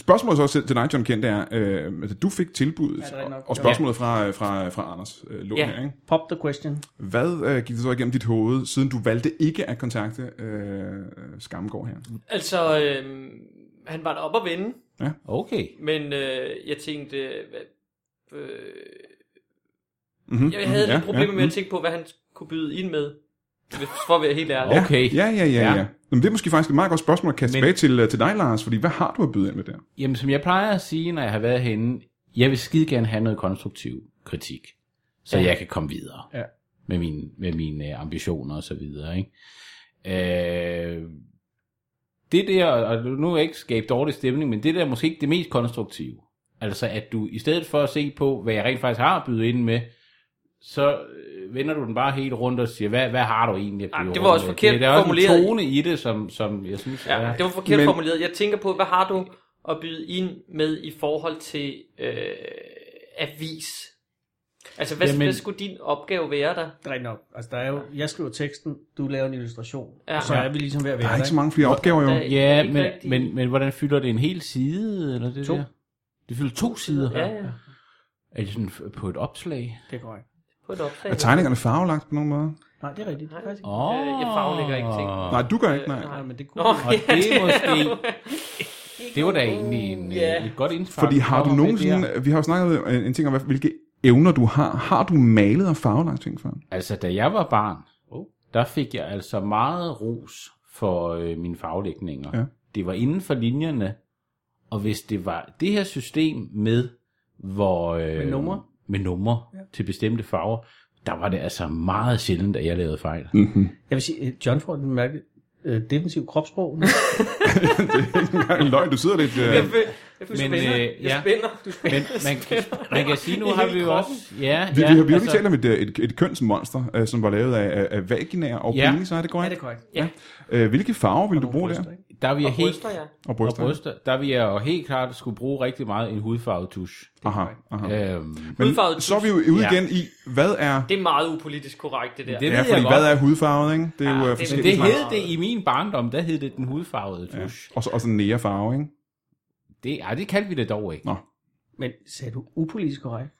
[SPEAKER 1] spørgsmålet så også til dig, John Kent, det er, øh, altså, du fik tilbuddet,
[SPEAKER 6] Ja, det er
[SPEAKER 1] ja,
[SPEAKER 6] rigtigt nok.
[SPEAKER 1] og spørgsmålet fra, fra, fra Anders øh, Lund
[SPEAKER 4] Ja.
[SPEAKER 1] her, ikke?
[SPEAKER 6] Pop the question.
[SPEAKER 1] Hvad øh, gik det så igennem dit hoved, siden du valgte ikke at kontakte øh, Skamgård her?
[SPEAKER 4] Altså, øh, han var deroppe at vende,
[SPEAKER 5] Okay.
[SPEAKER 4] men øh, jeg tænkte... øh, hvad- Øh,
[SPEAKER 1] Mm-hmm.
[SPEAKER 4] jeg havde lidt problemer
[SPEAKER 5] mm.
[SPEAKER 4] med at tænke på, hvad han kunne byde ind med. Hvis for at være helt ærlig.
[SPEAKER 5] Ja. Okay.
[SPEAKER 1] Ja, ja, ja, ja. ja.
[SPEAKER 5] Ja.
[SPEAKER 1] Nå, men det er måske faktisk et meget godt spørgsmål at kaste
[SPEAKER 5] Men-
[SPEAKER 1] tilbage til, øh, til dig, Lars, fordi hvad har du at byde ind med der?
[SPEAKER 5] Jamen, som jeg plejer at sige, når jeg har været henne, jeg vil skide gerne have noget konstruktiv kritik, så ja. jeg kan komme videre
[SPEAKER 6] Ja.
[SPEAKER 5] med, mine, med mine øh, ambitioner og så videre, ikke? Øh, det der, og nu er jeg ikke skabe dårlig stemning, men det der er måske ikke det mest konstruktive. Altså, at du i stedet for at se på, hvad jeg rent faktisk har at byde ind med, så øh, vender du den bare helt rundt og siger, hvad, hvad har du egentlig at byde
[SPEAKER 4] Ej, det
[SPEAKER 5] rundt
[SPEAKER 4] var også
[SPEAKER 5] med?
[SPEAKER 4] forkert
[SPEAKER 5] Det- Der er også
[SPEAKER 4] formuleret.
[SPEAKER 5] en tone i det, som, som jeg synes
[SPEAKER 4] Ja,
[SPEAKER 5] er...
[SPEAKER 4] det var forkert
[SPEAKER 1] Men-
[SPEAKER 4] men... formuleret. Jeg tænker på, hvad har du at byde ind med i forhold til øh, avis? Altså, hvad,
[SPEAKER 5] Jamen-
[SPEAKER 4] Jamen... hvad skulle din opgave være der?
[SPEAKER 6] Det er rigtigt nok. Altså, der er jo, jeg skriver teksten, du laver en illustration.
[SPEAKER 4] Ja.
[SPEAKER 6] Ja. Så er vi ligesom ved at
[SPEAKER 1] Der
[SPEAKER 6] være
[SPEAKER 1] er
[SPEAKER 6] der.
[SPEAKER 1] ikke så mange flere opgaver, jo.
[SPEAKER 4] Der-
[SPEAKER 5] Ja,
[SPEAKER 4] Ikke
[SPEAKER 5] men,
[SPEAKER 4] rigtig.
[SPEAKER 5] men, men hvordan fylder det en hel side? Eller det
[SPEAKER 6] To.
[SPEAKER 5] Der? Det fylder to sider.
[SPEAKER 4] Ja, ja.
[SPEAKER 5] Er det sådan f- på et opslag?
[SPEAKER 6] Det er korrekt.
[SPEAKER 4] På et opslag.
[SPEAKER 1] Er tegningerne farvelagt på nogen måde?
[SPEAKER 6] Nej, det er rigtigt. Det er
[SPEAKER 4] Nej.
[SPEAKER 6] rigtigt.
[SPEAKER 5] Åh.
[SPEAKER 4] Øh, jeg faglægger ikke ting.
[SPEAKER 1] Nej, du gør ikke,
[SPEAKER 4] Øh,
[SPEAKER 1] nej.
[SPEAKER 6] Nej, men det kunne
[SPEAKER 4] Nå,
[SPEAKER 6] Nå.
[SPEAKER 5] Og
[SPEAKER 4] ja,
[SPEAKER 5] det er
[SPEAKER 4] jo-
[SPEAKER 5] måske... Det var da egentlig en,
[SPEAKER 4] Ja.
[SPEAKER 5] yeah. et godt indspark.
[SPEAKER 1] Fordi har du
[SPEAKER 5] Hvorfor det
[SPEAKER 1] nogensinde,
[SPEAKER 5] der?
[SPEAKER 1] vi har jo snakket om en, en ting om, hvad- hvilke evner du har. Har du malet og farvelagt ting før?
[SPEAKER 5] Altså, da jeg var barn,
[SPEAKER 4] Oh.
[SPEAKER 5] der fik jeg altså meget ros for øh, mine faglægninger.
[SPEAKER 1] Ja.
[SPEAKER 5] Det var inden for linjerne, og hvis det var det her system med, hvor... Øh,
[SPEAKER 6] Med numre?
[SPEAKER 5] Med numre ja. til bestemte farver, der var det altså meget sjældent, at jeg lavede fejl.
[SPEAKER 1] Mm-hmm.
[SPEAKER 6] Jeg vil sige, øh, John får et mærkeligt øh, defensivt kropssprog. nu.
[SPEAKER 1] [LAUGHS] Løgn, du sidder lidt...
[SPEAKER 4] [LAUGHS]
[SPEAKER 1] Øh,
[SPEAKER 4] Jeg føl- jeg føler,
[SPEAKER 5] Men,
[SPEAKER 4] jeg spænder. Jeg
[SPEAKER 5] øh, ja.
[SPEAKER 4] spænder. Du [LAUGHS]
[SPEAKER 5] Men
[SPEAKER 4] spænder.
[SPEAKER 5] man, kan- man kan sige, nu har vi jo også... Ja,
[SPEAKER 1] vi,
[SPEAKER 5] ja,
[SPEAKER 1] vi, har virkelig altså... talt om et, øh, et, et kønsmonster, øh, som var lavet af, af, af vaginaer og ja.
[SPEAKER 5] Ja.
[SPEAKER 1] peniser, er det
[SPEAKER 6] ja,
[SPEAKER 1] korrekt?
[SPEAKER 6] det er korrekt.
[SPEAKER 1] Øh, hvilke farver vil du
[SPEAKER 6] Nogle
[SPEAKER 1] bruge
[SPEAKER 6] bryster,
[SPEAKER 1] der?
[SPEAKER 6] ikke?
[SPEAKER 5] der vi er
[SPEAKER 4] Og
[SPEAKER 5] helt,
[SPEAKER 4] bryster, ja.
[SPEAKER 1] Og
[SPEAKER 5] og
[SPEAKER 1] bryster.
[SPEAKER 5] bryster, der vi er jo helt klart skulle bruge rigtig meget en hudfarvet tusch.
[SPEAKER 1] Aha, aha. Ja.
[SPEAKER 5] Øhm,
[SPEAKER 1] Men
[SPEAKER 4] Hudfarvet
[SPEAKER 1] så er vi jo ude
[SPEAKER 5] Ja.
[SPEAKER 1] igen i, hvad er...
[SPEAKER 4] Det er meget upolitisk korrekt, det der.
[SPEAKER 5] Det-
[SPEAKER 4] Det...
[SPEAKER 5] ved
[SPEAKER 1] Ja,
[SPEAKER 5] jeg
[SPEAKER 1] fordi
[SPEAKER 5] godt.
[SPEAKER 1] hvad er hudfarvet, ikke? Det er jo
[SPEAKER 4] Ja,
[SPEAKER 1] øh,
[SPEAKER 4] det-
[SPEAKER 5] men
[SPEAKER 1] forskellige
[SPEAKER 5] det
[SPEAKER 1] slags.
[SPEAKER 5] hed det i min barndom, der hed det den hudfarvede tusch.
[SPEAKER 1] Og så, og så nære farve, ikke?
[SPEAKER 5] Det, ej, det kaldte vi det dog ikke.
[SPEAKER 1] Nå.
[SPEAKER 6] Men sagde du upolitisk korrekt?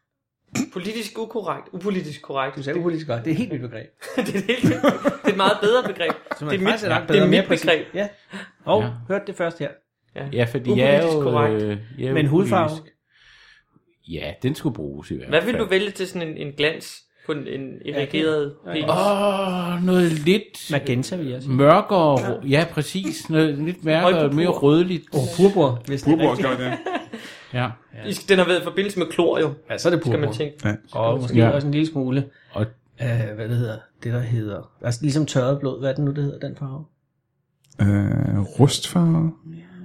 [SPEAKER 4] Politisk ukorrekt, upolitisk korrekt.
[SPEAKER 6] Du sagde upolitisk korrekt. Det er et helt nyt begreb.
[SPEAKER 4] [LAUGHS] det, er et helt, det er et meget bedre
[SPEAKER 5] [LAUGHS]
[SPEAKER 4] begreb.
[SPEAKER 6] Som
[SPEAKER 4] Det er
[SPEAKER 6] faktisk
[SPEAKER 4] mit-
[SPEAKER 6] langt
[SPEAKER 4] det er
[SPEAKER 6] bedre,
[SPEAKER 4] mit
[SPEAKER 6] mere præcist.
[SPEAKER 4] begreb.
[SPEAKER 6] Ja. Og
[SPEAKER 5] Ja.
[SPEAKER 6] ja. hørte det først her.
[SPEAKER 5] Ja, fordi jeg er
[SPEAKER 4] Upolitisk
[SPEAKER 5] jo...
[SPEAKER 4] korrekt.
[SPEAKER 5] Øh, jeg er
[SPEAKER 6] Men
[SPEAKER 5] jo
[SPEAKER 6] hudfarve?
[SPEAKER 5] politisk. Ja, den skulle bruges i hvert fald.
[SPEAKER 4] Hvad vil du vælge til sådan en, en glans på en, en erigeret
[SPEAKER 6] Ja,
[SPEAKER 4] penis?
[SPEAKER 5] Åh, oh, noget lidt
[SPEAKER 6] Magenta vil jeg sige.
[SPEAKER 5] mørkere. Ja, præcis. Noget lidt mørkere,
[SPEAKER 4] Højpurpur.
[SPEAKER 5] mere rødligt.
[SPEAKER 6] Åh, oh, purpur. Hvis det er
[SPEAKER 1] Purpur
[SPEAKER 6] rigtigt.
[SPEAKER 1] skal man det.
[SPEAKER 5] Ja.
[SPEAKER 4] I skal- Den har været i forbindelse med klor jo,
[SPEAKER 6] Ja, så er det purpur.
[SPEAKER 4] kan man tænke.
[SPEAKER 6] Og måske
[SPEAKER 5] Ja.
[SPEAKER 6] ja. også en lille smule.
[SPEAKER 5] Og-
[SPEAKER 6] Og, øh, hvad det hedder, det der hedder, altså ligesom tørret blod, hvad er det nu, det hedder, den farve?
[SPEAKER 1] Øh, rustfarve.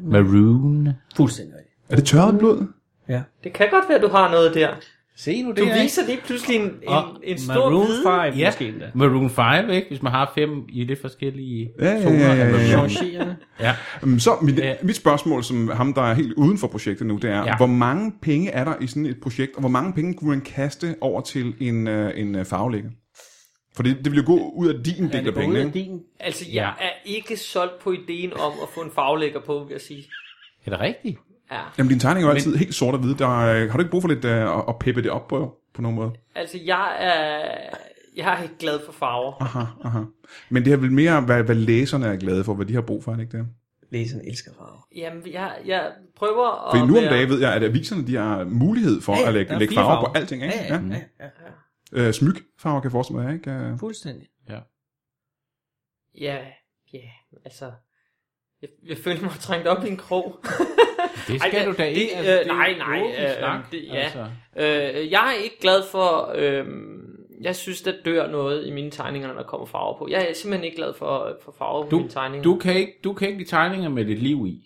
[SPEAKER 5] Maroon.
[SPEAKER 6] Fuldstændig rigtigt.
[SPEAKER 1] Er det tørret blod?
[SPEAKER 4] Det kan godt være, du har noget der.
[SPEAKER 5] Se nu det
[SPEAKER 4] Du
[SPEAKER 5] er-
[SPEAKER 4] viser lige pludselig en, en,
[SPEAKER 5] Og
[SPEAKER 4] en stor
[SPEAKER 6] Maroon
[SPEAKER 4] viden.
[SPEAKER 6] 5
[SPEAKER 5] Ja.
[SPEAKER 6] ja. måske endda.
[SPEAKER 5] Maroon 5, ikke? Hvis man har fem i lidt forskellige
[SPEAKER 1] Ja, ja,
[SPEAKER 5] toner.
[SPEAKER 1] ja,
[SPEAKER 5] af
[SPEAKER 1] ja,
[SPEAKER 5] Maroon.
[SPEAKER 1] ja.
[SPEAKER 6] Changerende.
[SPEAKER 1] Jamen, Mm, Så mit,
[SPEAKER 5] Ja.
[SPEAKER 1] mit spørgsmål, som ham, der er helt uden for projektet nu, det er,
[SPEAKER 5] Ja.
[SPEAKER 1] ja. hvor mange penge er der i sådan et projekt, og hvor mange penge kunne man kaste over til en, øh, en øh, farvelægger? For det, det vil jo gå ud af din
[SPEAKER 6] Er
[SPEAKER 1] del af
[SPEAKER 6] det både
[SPEAKER 1] pengene,
[SPEAKER 6] af
[SPEAKER 1] ikke?
[SPEAKER 6] din?
[SPEAKER 4] Altså, jeg
[SPEAKER 5] Ja.
[SPEAKER 4] er ikke solgt på ideen om at få en faglægger på, vil jeg sige.
[SPEAKER 5] Er det rigtigt?
[SPEAKER 4] Ja.
[SPEAKER 1] Jamen, din tegning er jo altid helt sort og hvid. Der, er- har du ikke brug for lidt øh, at, at peppe det op på, på nogen måde?
[SPEAKER 4] Altså, jeg er, jeg er ikke glad for farver.
[SPEAKER 1] Aha, aha. Men det her vil mere, hvad, hvad læserne er glade for, hvad de har brug for, er det ikke det?
[SPEAKER 6] Læseren elsker farver.
[SPEAKER 4] Jamen, jeg, jeg prøver at
[SPEAKER 1] Fordi nu om
[SPEAKER 4] være-
[SPEAKER 1] dagen ved jeg, at aviserne de har mulighed for
[SPEAKER 6] Ja,
[SPEAKER 1] at
[SPEAKER 6] der
[SPEAKER 1] lægge,
[SPEAKER 6] er
[SPEAKER 1] lægge
[SPEAKER 6] fire
[SPEAKER 1] farver,
[SPEAKER 6] farver.
[SPEAKER 1] på alting, ikke?
[SPEAKER 6] Ja, ja, ja. ja.
[SPEAKER 1] Øh, smykfarver kan jeg forestille mig, ikke? Øh,
[SPEAKER 6] Fuldstændig.
[SPEAKER 4] Ja, ja, altså... Jeg, jeg føler mig trængt op i en krog.
[SPEAKER 5] Det skal
[SPEAKER 4] Ej,
[SPEAKER 5] du da
[SPEAKER 4] det-
[SPEAKER 5] ikke. Altså,
[SPEAKER 4] øh,
[SPEAKER 5] det er jo
[SPEAKER 4] nej,
[SPEAKER 5] en
[SPEAKER 4] nej,
[SPEAKER 5] åben
[SPEAKER 4] øh,
[SPEAKER 5] snak, altså.
[SPEAKER 4] det- ja. øh, jeg er ikke glad for... Øh, jeg synes, der dør noget i mine tegninger, når der kommer farver på. Jeg er simpelthen ikke glad for, for farver på mine tegninger.
[SPEAKER 5] Du kan ikke, du kan ikke lide tegninger med dit liv i.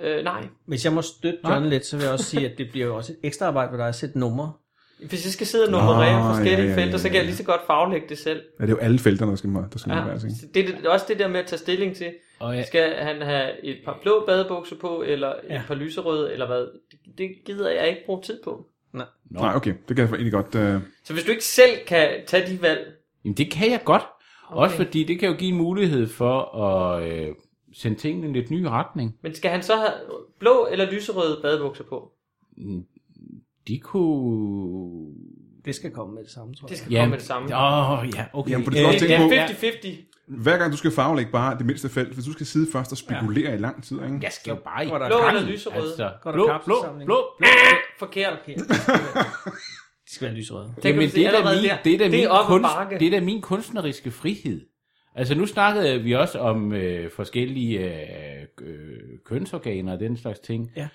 [SPEAKER 4] Øh, nej.
[SPEAKER 6] Hvis jeg må støtte John lidt, så vil jeg også sige, at det bliver jo også et ekstra arbejde for dig at sætte numre.
[SPEAKER 4] Hvis jeg skal sidde og nummerere
[SPEAKER 1] Nå,
[SPEAKER 4] forskellige
[SPEAKER 1] ja, ja, ja,
[SPEAKER 4] felter, så kan
[SPEAKER 1] ja.
[SPEAKER 4] jeg lige så godt faglægge det selv.
[SPEAKER 1] ja, det er jo alle felterne, der skal, der skal ja.
[SPEAKER 4] Ja,
[SPEAKER 1] være, altså, ikke?
[SPEAKER 4] så det, det, det er også det der med at tage stilling til.
[SPEAKER 5] Og jeg,
[SPEAKER 4] Skal han have et par blå badebukser på, eller ja.
[SPEAKER 6] Ja.
[SPEAKER 4] et par lyserøde, eller hvad? Det, det gider jeg ikke bruge tid på.
[SPEAKER 5] Nå.
[SPEAKER 1] Nej, okay. Det kan jeg egentlig godt... Øh,
[SPEAKER 4] Så hvis du ikke selv kan tage de valg,
[SPEAKER 5] jamen, det kan jeg godt. Okay. Også
[SPEAKER 4] Okay.
[SPEAKER 5] fordi det kan jo give en mulighed for at øh, sende tingene i en lidt ny retning.
[SPEAKER 4] men skal han så have blå eller lyserøde badebukser på?
[SPEAKER 5] Mm, De kunne...
[SPEAKER 6] Det skal komme med det samme, tror jeg.
[SPEAKER 4] Det skal
[SPEAKER 5] Ja,
[SPEAKER 4] komme med det samme. Ja,
[SPEAKER 5] Åh, oh, ja, okay.
[SPEAKER 1] Jamen, for det
[SPEAKER 4] det
[SPEAKER 1] kan også
[SPEAKER 4] er
[SPEAKER 1] tænke på,
[SPEAKER 4] 50-50.
[SPEAKER 1] hver gang du skal farvelægge bare det mindste felt, hvis du skal sidde først og spekulere ja. i lang tid, ikke?
[SPEAKER 5] Jeg skal jo bare i
[SPEAKER 6] Går der
[SPEAKER 4] Blå
[SPEAKER 5] gang, altså.
[SPEAKER 4] eller lyserød?
[SPEAKER 6] Går der
[SPEAKER 5] blå, blå, blå,
[SPEAKER 6] kapselsamling?
[SPEAKER 5] blå.
[SPEAKER 4] Forkert.
[SPEAKER 6] Det skal være lysrøde.
[SPEAKER 4] Det kan
[SPEAKER 5] Jamen,
[SPEAKER 4] man
[SPEAKER 5] det
[SPEAKER 4] sige
[SPEAKER 5] er da
[SPEAKER 4] allerede
[SPEAKER 5] min,
[SPEAKER 4] der.
[SPEAKER 5] det er da
[SPEAKER 4] Det
[SPEAKER 5] min,
[SPEAKER 4] er op ad
[SPEAKER 5] kunst,
[SPEAKER 4] bakke.
[SPEAKER 5] det er da min kunstneriske frihed. Altså nu snakkede vi også om øh, forskellige øh, øh, kønsorganer og den slags ting.
[SPEAKER 6] Ja.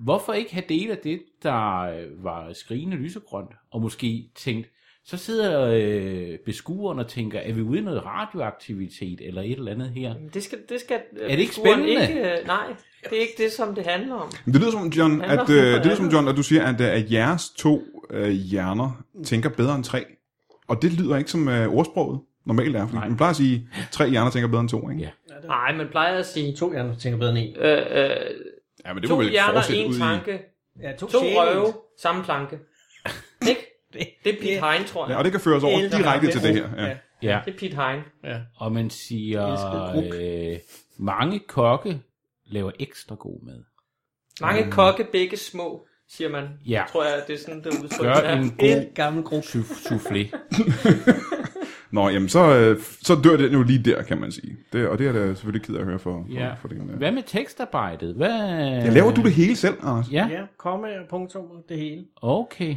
[SPEAKER 5] Hvorfor ikke have dele af det, der øh, var skrigende lysegrønt, og måske tænkt, så sidder øh, beskueren og tænker, er vi ude i noget radioaktivitet eller et eller andet her?
[SPEAKER 4] Det skal, det skal er
[SPEAKER 5] det ikke spændende?
[SPEAKER 4] Ikke, øh, nej, det er ikke det, som det handler om.
[SPEAKER 1] Men det lyder som, John,
[SPEAKER 4] Handler
[SPEAKER 1] at,
[SPEAKER 4] om
[SPEAKER 1] øh,
[SPEAKER 4] noget
[SPEAKER 1] det lyder som,
[SPEAKER 4] andet.
[SPEAKER 1] John, at du siger, at, øh, at jeres to øh, hjerner tænker bedre end tre. Og det lyder ikke som øh, ordsproget normalt er, fordi
[SPEAKER 5] Nej.
[SPEAKER 1] man plejer at sige, tre hjerner tænker bedre end to, ikke?
[SPEAKER 5] Ja.
[SPEAKER 4] Nej, man plejer at sige,
[SPEAKER 6] To hjerner tænker bedre end en.
[SPEAKER 4] øh, øh,
[SPEAKER 1] ja men det
[SPEAKER 4] to
[SPEAKER 1] må vel
[SPEAKER 4] hjerner,
[SPEAKER 1] fortsætte
[SPEAKER 4] en
[SPEAKER 1] ud i...
[SPEAKER 4] tanke,
[SPEAKER 6] Ja,
[SPEAKER 4] to røve, samme [LAUGHS] planke. Ikke? Det er Pete Hein, tror
[SPEAKER 1] Ja,
[SPEAKER 4] jeg.
[SPEAKER 1] og det kan føre os over
[SPEAKER 6] Ældre
[SPEAKER 1] direkte
[SPEAKER 6] mænd.
[SPEAKER 1] til det her. Ja.
[SPEAKER 6] Ja.
[SPEAKER 5] Ja,
[SPEAKER 4] Det er Pete Hein.
[SPEAKER 5] og man
[SPEAKER 6] Elsket
[SPEAKER 5] siger,
[SPEAKER 6] gruk.
[SPEAKER 5] øh, mange kokke laver ekstra god
[SPEAKER 4] [LAUGHS]
[SPEAKER 5] mad.
[SPEAKER 4] Mange kokke, begge små, siger man.
[SPEAKER 5] Mm. Ja.
[SPEAKER 4] Tror jeg, det er sådan, det udtryk
[SPEAKER 5] Gør en god
[SPEAKER 6] En gammel gruppe.
[SPEAKER 5] souff- soufflé.
[SPEAKER 1] Nå, jamen så, øh, så dør det nu lige der, kan man sige. Det, og det er da selvfølgelig ked af at høre for, for,
[SPEAKER 5] Ja.
[SPEAKER 1] for din... Øh.
[SPEAKER 5] Hvad med tekstarbejdet? Hvad...
[SPEAKER 1] Ja, laver du det hele selv, Anders?
[SPEAKER 5] Ja,
[SPEAKER 6] Ja, komme og punktummer, det hele.
[SPEAKER 5] okay.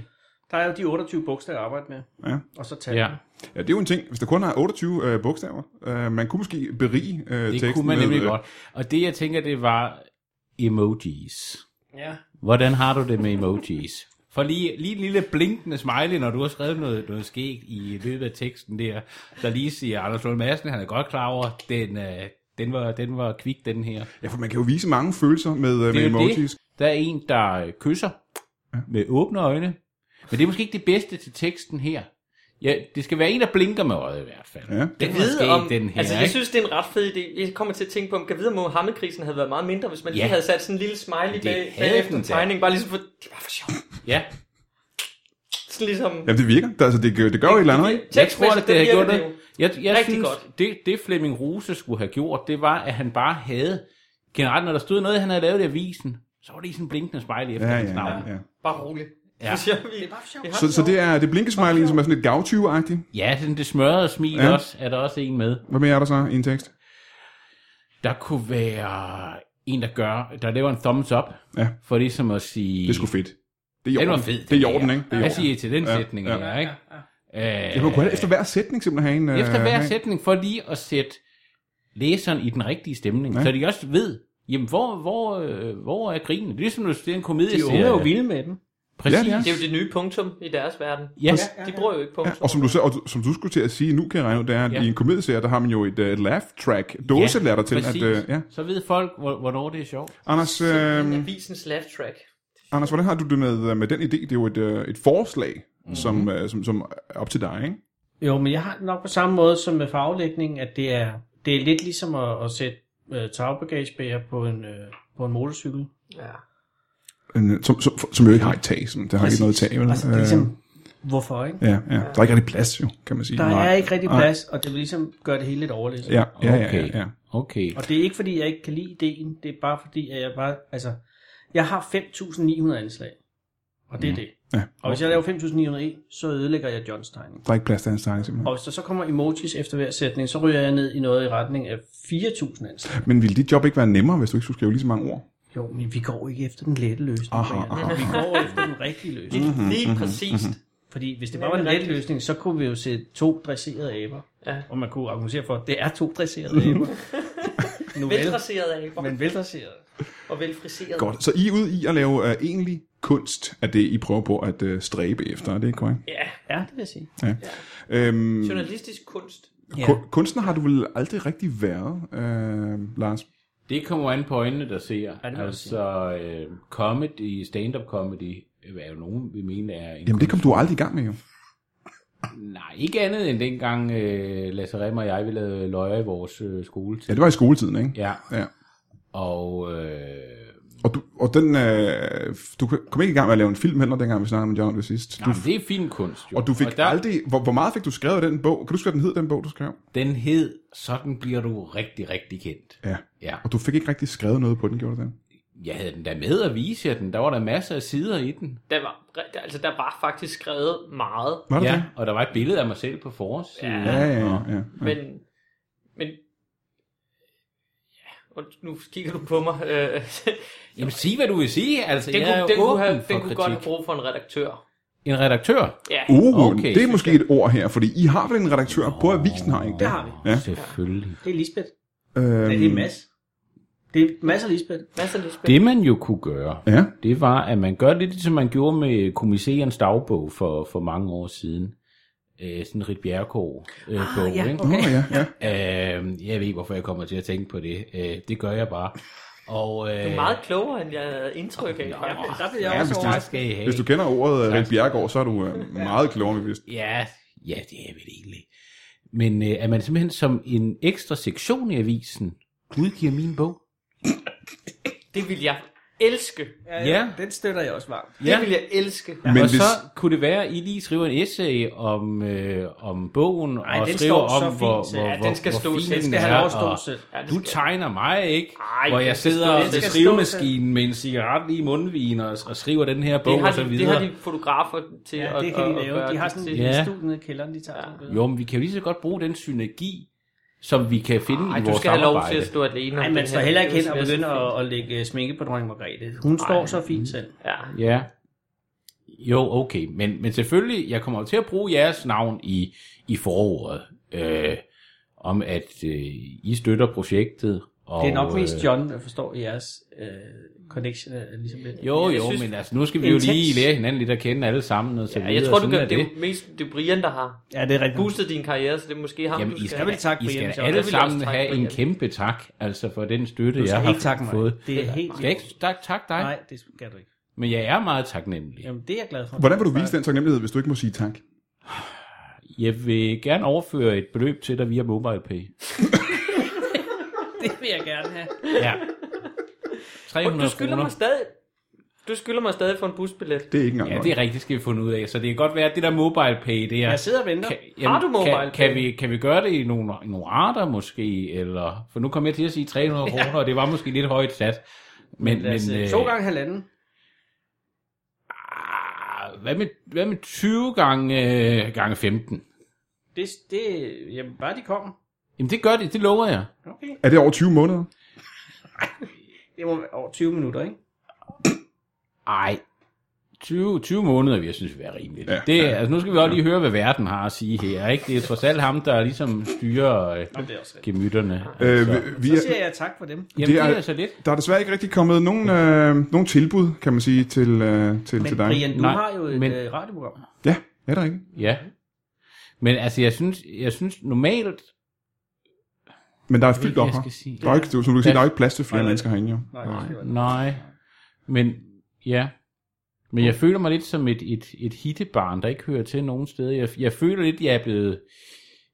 [SPEAKER 6] Der er jo de 28 bogstaver at arbejde med.
[SPEAKER 1] Ja.
[SPEAKER 6] Og så tal.
[SPEAKER 5] Ja.
[SPEAKER 1] Ja, det er jo en ting. Hvis der kun er 28 øh, bogstaver, øh, man kunne måske berige øh,
[SPEAKER 5] Det
[SPEAKER 1] teksten.
[SPEAKER 5] kunne man nemlig
[SPEAKER 1] med, øh,
[SPEAKER 5] godt. Og det, jeg tænker, det var emojis.
[SPEAKER 6] ja.
[SPEAKER 5] Hvordan har du det med emojis? For lige, lige en lille blinkende smiley, når du har skrevet noget, noget skægt i løbet af teksten der, der lige siger Anders Lund Madsen, han er godt klar over, den, øh, den, var, den var kvik, den her.
[SPEAKER 1] Ja, for man kan jo vise mange følelser med, øh,
[SPEAKER 5] Det
[SPEAKER 1] med
[SPEAKER 5] er jo det.
[SPEAKER 1] emojis.
[SPEAKER 5] Der er en, der øh, kysser med åbne øjne. Men det er måske ikke det bedste til teksten her. Ja, det skal være en, der blinker med øjet i hvert fald.
[SPEAKER 1] Ja.
[SPEAKER 5] Den
[SPEAKER 4] Jeg
[SPEAKER 5] var
[SPEAKER 4] ved
[SPEAKER 5] skæg,
[SPEAKER 4] om,
[SPEAKER 5] den her.
[SPEAKER 4] altså
[SPEAKER 5] ikke?
[SPEAKER 4] jeg synes, det er en ret fed idé. Jeg kommer til at tænke på, om kan vide, om Mohammed-krisen havde været meget mindre, hvis man lige
[SPEAKER 5] Ja.
[SPEAKER 4] havde sat sådan en lille smiley
[SPEAKER 5] Det
[SPEAKER 4] bag,
[SPEAKER 5] havde
[SPEAKER 4] bag efter
[SPEAKER 5] den da.
[SPEAKER 4] tegning. Bare ligesom for, det var for sjovt.
[SPEAKER 5] Ja,
[SPEAKER 4] Sådan ligesom,
[SPEAKER 1] Ja, det virker. Det, altså, det, gør- det gør jo et eller andet, ikke?
[SPEAKER 5] jeg tror, at
[SPEAKER 4] tekstmæssigt,
[SPEAKER 5] det
[SPEAKER 4] der
[SPEAKER 5] har
[SPEAKER 4] virker
[SPEAKER 5] gjort
[SPEAKER 4] det
[SPEAKER 5] det.
[SPEAKER 4] jo.
[SPEAKER 5] Jeg, jeg
[SPEAKER 4] Rigtig
[SPEAKER 5] synes,
[SPEAKER 4] godt.
[SPEAKER 5] det, det Flemming Rose skulle have gjort, det var, at han bare havde, generelt når der stod noget, han havde lavet i avisen, så var det i sådan en blinkende spejl efter
[SPEAKER 1] Ja,
[SPEAKER 5] hans
[SPEAKER 1] ja,
[SPEAKER 5] navn.
[SPEAKER 1] ja.
[SPEAKER 4] Bare rolig.
[SPEAKER 5] Ja.
[SPEAKER 4] Så siger vi,
[SPEAKER 2] Det er bare for sjov.
[SPEAKER 4] vi har
[SPEAKER 1] Så, så det er det blinkesmiley, som er sådan lidt gavtyve-agtigt.
[SPEAKER 5] Ja, den det smørrede smil
[SPEAKER 1] Ja.
[SPEAKER 5] ja. også, er der også en med.
[SPEAKER 1] Hvad mere er der så i en tekst?
[SPEAKER 5] Der kunne være en, der gør, der laver en thumbs up,
[SPEAKER 1] Ja.
[SPEAKER 5] for ligesom at sige...
[SPEAKER 1] Det er sgu fedt. Det er i
[SPEAKER 5] Det var
[SPEAKER 1] orden.
[SPEAKER 5] fedt.
[SPEAKER 1] Det er i orden, ikke? Det er i
[SPEAKER 5] Hvad
[SPEAKER 1] orden.
[SPEAKER 5] siger I til den
[SPEAKER 1] Ja,
[SPEAKER 5] sætning?
[SPEAKER 1] ja.
[SPEAKER 5] Ja, ja. Ikke? Øh,
[SPEAKER 1] Jeg kunne have efter hver sætning simpelthen have en... øh,
[SPEAKER 5] efter hver
[SPEAKER 1] have en-
[SPEAKER 5] sætning, for lige at sætte læseren i den rigtige stemning,
[SPEAKER 1] Ja.
[SPEAKER 5] ja. så de også ved, jamen, hvor, hvor, øh, hvor er grinen? Det er ligesom, hvis det er en komedie.
[SPEAKER 2] De unge er jo vilde med den.
[SPEAKER 5] Præcis.
[SPEAKER 1] Ja,
[SPEAKER 5] Ja,
[SPEAKER 4] Det er jo det nye punktum i deres verden.
[SPEAKER 5] ja.
[SPEAKER 4] De bruger jo ikke
[SPEAKER 1] Ja,
[SPEAKER 4] punktum.
[SPEAKER 1] og som du, selv- og du- som du skulle til at sige, nu kan jeg regne ud, det er, at
[SPEAKER 5] Ja.
[SPEAKER 1] i en komedieserie, der har man jo et, øh, et laugh track, dåselatter til, at...
[SPEAKER 5] præcis.
[SPEAKER 1] øh, ja.
[SPEAKER 5] Så ved folk, hvor- hvornår det er sjovt.
[SPEAKER 1] Anders,
[SPEAKER 4] Simpelthen
[SPEAKER 5] Øhm.
[SPEAKER 1] øh,
[SPEAKER 4] Avisens laugh track.
[SPEAKER 1] Anders, hvordan har du det med, med den idé? Det er jo et, øh, et forslag, mm-hmm. som, øh, som, som er op til dig, ikke?
[SPEAKER 2] Jo, men jeg har det nok på samme måde som med farvelægningen, at det er, det er lidt ligesom at, at sætte øh, tagbagagebæger på en, øh, på en motorcykel.
[SPEAKER 4] Ja.
[SPEAKER 1] En, Øh, som, som, som jo ikke har et tag, sådan. Der har ikke noget tag, vel? Øh.
[SPEAKER 2] Altså, det er ligesom, hvorfor ikke?
[SPEAKER 1] ja, ja. Der er ikke rigtig plads, jo, kan man sige.
[SPEAKER 2] Der
[SPEAKER 1] Nej.
[SPEAKER 2] er ikke rigtig
[SPEAKER 1] Nej.
[SPEAKER 2] plads, og det vil ligesom gøre det hele lidt overlæst.
[SPEAKER 1] Ja, ja, ja, ja,
[SPEAKER 5] Okay.
[SPEAKER 1] ja.
[SPEAKER 5] Okay.
[SPEAKER 2] Og det er ikke fordi, jeg ikke kan lide ideen, det er bare fordi, at jeg bare, altså, jeg har 5.900 anslag, og det er det.
[SPEAKER 1] Mm. Ja.
[SPEAKER 2] Og hvis jeg laver 5.901, E, så ødelægger jeg Johns tegning.
[SPEAKER 1] Der er ikke plads til hans tegning, simpelthen.
[SPEAKER 2] Og hvis der så kommer emojis efter hver sætning, så ryger jeg ned i noget i retning af 4.000 anslag.
[SPEAKER 1] Men ville dit job ikke være nemmere, hvis du ikke skulle skrive lige så mange ord?
[SPEAKER 2] Jo, men vi går ikke efter den lette løsning.
[SPEAKER 1] Aha,
[SPEAKER 2] Brian.
[SPEAKER 1] aha.
[SPEAKER 2] Vi går efter den rigtige løsning.
[SPEAKER 4] Lige,
[SPEAKER 5] Mm-hmm,
[SPEAKER 4] lige præcist.
[SPEAKER 2] Fordi hvis det bare var en let løsning, så kunne vi jo se to dresserede aber.
[SPEAKER 4] Ja.
[SPEAKER 2] Og man kunne argumentere for, at det er to dresserede
[SPEAKER 4] [LAUGHS]
[SPEAKER 2] aber. nu vel,
[SPEAKER 4] Veldresseret aber.
[SPEAKER 2] men veldresserede.
[SPEAKER 4] Og velfriseret.
[SPEAKER 1] Godt. Så I er ude i at lave øh, egentlig kunst af det, I prøver på at øh, stræbe efter, er det ikke korrekt?
[SPEAKER 4] Ja,
[SPEAKER 2] Ja, det vil jeg sige.
[SPEAKER 1] Øhm,
[SPEAKER 4] journalistisk kunst.
[SPEAKER 2] Ja.
[SPEAKER 1] ku- kunstner har du vel aldrig rigtig været, øh, Lars?
[SPEAKER 5] Det kommer an på øjnene, der ser.
[SPEAKER 2] Ja, det må jeg
[SPEAKER 5] Altså, øh, comedy, stand-up comedy, øh, er jo nogen, vi mener er en
[SPEAKER 1] Jamen det kom du aldrig i gang med, jo.
[SPEAKER 5] Nej, ikke andet end dengang øh, Lasse Remmer og jeg, vi lavede løjer i vores øh,
[SPEAKER 1] Ja,
[SPEAKER 5] skoletid.
[SPEAKER 1] det var i skoletiden, ikke?
[SPEAKER 5] Ja.
[SPEAKER 1] Ja.
[SPEAKER 5] Og øh,
[SPEAKER 1] Og, du, og den, øh, du kom ikke i gang med at lave en film heller, dengang vi snakkede med John om det sidst. Du,
[SPEAKER 5] jamen, det er fin kunst, jo.
[SPEAKER 1] og du fik og
[SPEAKER 5] der,
[SPEAKER 1] der... aldrig... Hvor, hvor meget fik du skrevet af den bog? Kan du huske, hvad den hed, den bog, du skrev?
[SPEAKER 5] Den hed, sådan bliver du rigtig, rigtig kendt.
[SPEAKER 1] Ja.
[SPEAKER 5] Ja.
[SPEAKER 1] Og du fik ikke rigtig skrevet noget på den, gjorde du det?
[SPEAKER 5] Jeg havde den der med at vise jer den. Der var der masser af sider i den.
[SPEAKER 4] Der var, der- altså, der var faktisk skrevet meget,
[SPEAKER 1] Var det
[SPEAKER 5] ja,
[SPEAKER 1] det?
[SPEAKER 5] og der var et billede af mig selv på forsiden.
[SPEAKER 4] Ja.
[SPEAKER 1] Ja, ja, ja. ja.
[SPEAKER 4] men... men ja, og nu kigger du på mig. [LAUGHS] Øh,
[SPEAKER 5] Jamen sig, hvad du vil sige. Altså,
[SPEAKER 4] den,
[SPEAKER 5] jeg
[SPEAKER 4] kunne,
[SPEAKER 5] er jo
[SPEAKER 4] den, kunne,
[SPEAKER 5] åben
[SPEAKER 4] have,
[SPEAKER 5] for
[SPEAKER 4] den kunne godt have
[SPEAKER 5] kritik.
[SPEAKER 4] brug for en redaktør.
[SPEAKER 5] En redaktør?
[SPEAKER 4] Ja,
[SPEAKER 1] Uh,
[SPEAKER 5] Okay,
[SPEAKER 1] okay, det er måske et ord her, fordi I har vel en redaktør på avisen, har I ikke
[SPEAKER 2] Det har vi.
[SPEAKER 1] Ja.
[SPEAKER 5] Selvfølgelig.
[SPEAKER 2] Det er Lisbeth.
[SPEAKER 1] Øhm,
[SPEAKER 2] Nej, det er Mads. Det er Mads og Lisbeth.
[SPEAKER 4] masser af Lisbeth.
[SPEAKER 5] Det man jo kunne gøre,
[SPEAKER 1] Ja,
[SPEAKER 5] det var, at man gør lidt, som man gjorde med kommissærens dagbog for, for mange år siden. Øh, sådan Rit Bjerregaard øh, ah, bog, ja, ikke?
[SPEAKER 1] Nå, ja, ja.
[SPEAKER 5] Øh, jeg ved ikke, hvorfor jeg kommer til at tænke på det. Øh, det gør jeg bare. Og, øh,
[SPEAKER 4] Du er meget klogere, end jeg havde indtryk af. faktisk.
[SPEAKER 2] Der blev jeg
[SPEAKER 1] Ja,
[SPEAKER 2] også
[SPEAKER 1] hvis det-
[SPEAKER 5] tak
[SPEAKER 2] overrasket.
[SPEAKER 5] skal I have.
[SPEAKER 1] Hvis du kender ordet Rik Bjergård, så er du øh, meget klogere, hvis
[SPEAKER 5] Ja, ja, det er jeg vel egentlig. Men øh, er man simpelthen som en ekstra sektion i avisen, udgiver min bog?
[SPEAKER 4] Det ville jeg elske.
[SPEAKER 5] Ja.
[SPEAKER 2] Den støtter jeg også varmt.
[SPEAKER 4] Det ville jeg elske.
[SPEAKER 1] Men
[SPEAKER 5] Men og
[SPEAKER 1] hvis-
[SPEAKER 5] hvis... så kunne det være, at I lige skriver en essay om, øh, om bogen, Ej, og
[SPEAKER 2] den
[SPEAKER 5] skriver
[SPEAKER 2] står så
[SPEAKER 5] om,
[SPEAKER 2] fint
[SPEAKER 5] hvor,
[SPEAKER 2] til-
[SPEAKER 5] hvor,
[SPEAKER 2] ja,
[SPEAKER 5] hvor,
[SPEAKER 4] den skal
[SPEAKER 5] hvor
[SPEAKER 4] stå
[SPEAKER 5] fin
[SPEAKER 4] selv.
[SPEAKER 5] den
[SPEAKER 2] Skal han
[SPEAKER 5] er,
[SPEAKER 2] overstå
[SPEAKER 5] og
[SPEAKER 2] selv.
[SPEAKER 4] Ja, det
[SPEAKER 5] Du
[SPEAKER 4] skal-
[SPEAKER 5] tegner mig, ikke?
[SPEAKER 4] Ej,
[SPEAKER 5] hvor
[SPEAKER 4] den
[SPEAKER 5] jeg
[SPEAKER 4] skal
[SPEAKER 5] sidder
[SPEAKER 4] stå
[SPEAKER 5] ved
[SPEAKER 4] selv.
[SPEAKER 5] skrivemaskinen med en cigaret lige i mundvinen og, og skriver den her bog
[SPEAKER 4] det har,
[SPEAKER 5] og så
[SPEAKER 4] de,
[SPEAKER 5] videre.
[SPEAKER 4] det har de fotografer til
[SPEAKER 2] Ja,
[SPEAKER 4] at,
[SPEAKER 2] det kan de
[SPEAKER 4] at- at
[SPEAKER 2] lave.
[SPEAKER 4] gøre
[SPEAKER 2] De har
[SPEAKER 4] det
[SPEAKER 2] sådan
[SPEAKER 4] til.
[SPEAKER 2] en
[SPEAKER 5] Ja.
[SPEAKER 2] lille studie nede i kælderen, de tager. sådan noget.
[SPEAKER 5] Jo, men vi kan jo lige så godt bruge den synergi, som vi kan finde
[SPEAKER 4] Ej,
[SPEAKER 5] i
[SPEAKER 4] du
[SPEAKER 5] vores
[SPEAKER 4] skal have lov til
[SPEAKER 5] samarbejde.
[SPEAKER 4] at stå alene.
[SPEAKER 2] Nej,
[SPEAKER 4] om
[SPEAKER 2] man
[SPEAKER 4] den
[SPEAKER 2] står
[SPEAKER 4] her.
[SPEAKER 2] heller ikke
[SPEAKER 4] Det
[SPEAKER 2] hen og
[SPEAKER 4] vil være så
[SPEAKER 2] begynder
[SPEAKER 4] fint.
[SPEAKER 2] at, at lægge sminke på dronning Margrethe. Hun står så fint selv.
[SPEAKER 4] Ja.
[SPEAKER 5] Ja. Jo, okay. Men, men selvfølgelig, jeg kommer jo til at bruge jeres navn i, i foråret. Øh, om at øh, I støtter projektet. Og,
[SPEAKER 2] Det er nok mest
[SPEAKER 5] øh,
[SPEAKER 2] John, der forstår jeres øh, connection er ligesom lidt.
[SPEAKER 5] Jo,
[SPEAKER 4] Jeg
[SPEAKER 5] jo,
[SPEAKER 4] synes-
[SPEAKER 5] men altså, nu skal vi jo
[SPEAKER 2] Intens.
[SPEAKER 5] lige lære hinanden lidt at kende alle sammen. Og
[SPEAKER 4] Ja,
[SPEAKER 5] så videre,
[SPEAKER 4] jeg tror, du
[SPEAKER 5] sådan
[SPEAKER 4] gør,
[SPEAKER 5] er
[SPEAKER 4] det, er jo mest det er Brian, der har
[SPEAKER 2] Ja, det er rigtigt.
[SPEAKER 4] boostet din karriere, så det er måske ham,
[SPEAKER 5] Jamen,
[SPEAKER 4] du
[SPEAKER 5] I
[SPEAKER 4] skal...
[SPEAKER 5] skal,
[SPEAKER 2] vil takke
[SPEAKER 5] I
[SPEAKER 2] Brian,
[SPEAKER 5] skal
[SPEAKER 2] så.
[SPEAKER 5] alle
[SPEAKER 4] Jeg vil
[SPEAKER 5] sammen
[SPEAKER 4] også
[SPEAKER 5] have
[SPEAKER 4] takke
[SPEAKER 5] en
[SPEAKER 4] Brian.
[SPEAKER 5] kæmpe tak, altså for den
[SPEAKER 2] Du
[SPEAKER 5] støtte, jeg
[SPEAKER 2] skal
[SPEAKER 5] har
[SPEAKER 2] ikke takke mig.
[SPEAKER 5] fået.
[SPEAKER 2] Det er helt...
[SPEAKER 5] Du skal ikke tak, tak dig,
[SPEAKER 2] Nej,
[SPEAKER 5] Nej.
[SPEAKER 2] det skal du ikke.
[SPEAKER 5] men jeg er meget taknemmelig.
[SPEAKER 2] Jamen, det er jeg glad for.
[SPEAKER 1] Hvordan vil du
[SPEAKER 2] [LAUGHS]
[SPEAKER 1] vise den taknemmelighed, hvis du ikke må sige tak?
[SPEAKER 5] Jeg vil gerne overføre et beløb til dig via MobilePay.
[SPEAKER 2] Det vil jeg gerne have.
[SPEAKER 4] [LAUGHS]
[SPEAKER 5] Ja.
[SPEAKER 4] Og
[SPEAKER 5] 300
[SPEAKER 4] du skylder mig stadig... Du skylder mig stadig for en busbillet.
[SPEAKER 1] Det er ikke engang
[SPEAKER 5] Ja,
[SPEAKER 1] løgn.
[SPEAKER 5] det er rigtigt, skal vi finde ud af. Så det kan godt være, at det der mobile pay, det er...
[SPEAKER 2] Jeg sidder og venter.
[SPEAKER 5] kan,
[SPEAKER 4] Har du
[SPEAKER 5] kan,
[SPEAKER 4] MobilePay?
[SPEAKER 5] kan, vi, kan vi gøre det i nogle, i nogle arter måske? Eller, for nu kom jeg til at sige 300 kroner, og
[SPEAKER 4] øh,
[SPEAKER 5] det var måske lidt højt sat. Men, øh,
[SPEAKER 2] Lad os,
[SPEAKER 5] men
[SPEAKER 2] øh,
[SPEAKER 5] øh,
[SPEAKER 2] to gange halvanden.
[SPEAKER 5] ah, Hvad med, hvad med 20 gange, øh, gange 15?
[SPEAKER 6] Det, det, jamen, bare de kommer.
[SPEAKER 5] Jamen det gør de, det lover jeg.
[SPEAKER 6] Okay.
[SPEAKER 1] Er det over 20 måneder?
[SPEAKER 6] Det må være over 20 minutter, ikke?
[SPEAKER 5] Ej, 20, 20 måneder, jeg synes, vil være rimeligt.
[SPEAKER 1] Ja.
[SPEAKER 5] Ja, det, altså, nu skal vi også lige høre, hvad verden har at sige her. Ikke? Det er trods alt ham, der ligesom styrer øh,
[SPEAKER 6] Jamen, det er også rigtigt.
[SPEAKER 5] gemytterne.
[SPEAKER 1] Øh, vi, vi
[SPEAKER 6] Så
[SPEAKER 1] er,
[SPEAKER 6] siger jeg tak for dem.
[SPEAKER 5] Jamen, det
[SPEAKER 1] det
[SPEAKER 5] er,
[SPEAKER 1] er-
[SPEAKER 5] det er så lidt.
[SPEAKER 1] der er desværre ikke rigtig kommet nogen, øh, nogen tilbud, kan man sige, til, øh, til,
[SPEAKER 6] Men
[SPEAKER 1] til dig.
[SPEAKER 6] Brian, du
[SPEAKER 5] Nej,
[SPEAKER 6] har jo et
[SPEAKER 5] men-
[SPEAKER 6] men... radioprogram.
[SPEAKER 1] Ja, er der ikke?
[SPEAKER 5] Ja. Men altså, jeg synes, jeg synes normalt...
[SPEAKER 1] Men der er fyldt
[SPEAKER 5] Hvad
[SPEAKER 1] op
[SPEAKER 5] jeg
[SPEAKER 1] her.
[SPEAKER 5] skal sige?
[SPEAKER 1] Der er ikke, som du kan sige,
[SPEAKER 5] Ja.
[SPEAKER 1] der er ikke plads til flere
[SPEAKER 6] Nej,
[SPEAKER 1] mennesker herinde, jo.
[SPEAKER 6] Nej, Nej.
[SPEAKER 5] Nej. Men, ja. Men jeg føler mig lidt som et, et, et hittebarn, der ikke hører til nogen steder. Jeg, jeg føler lidt, jeg er blevet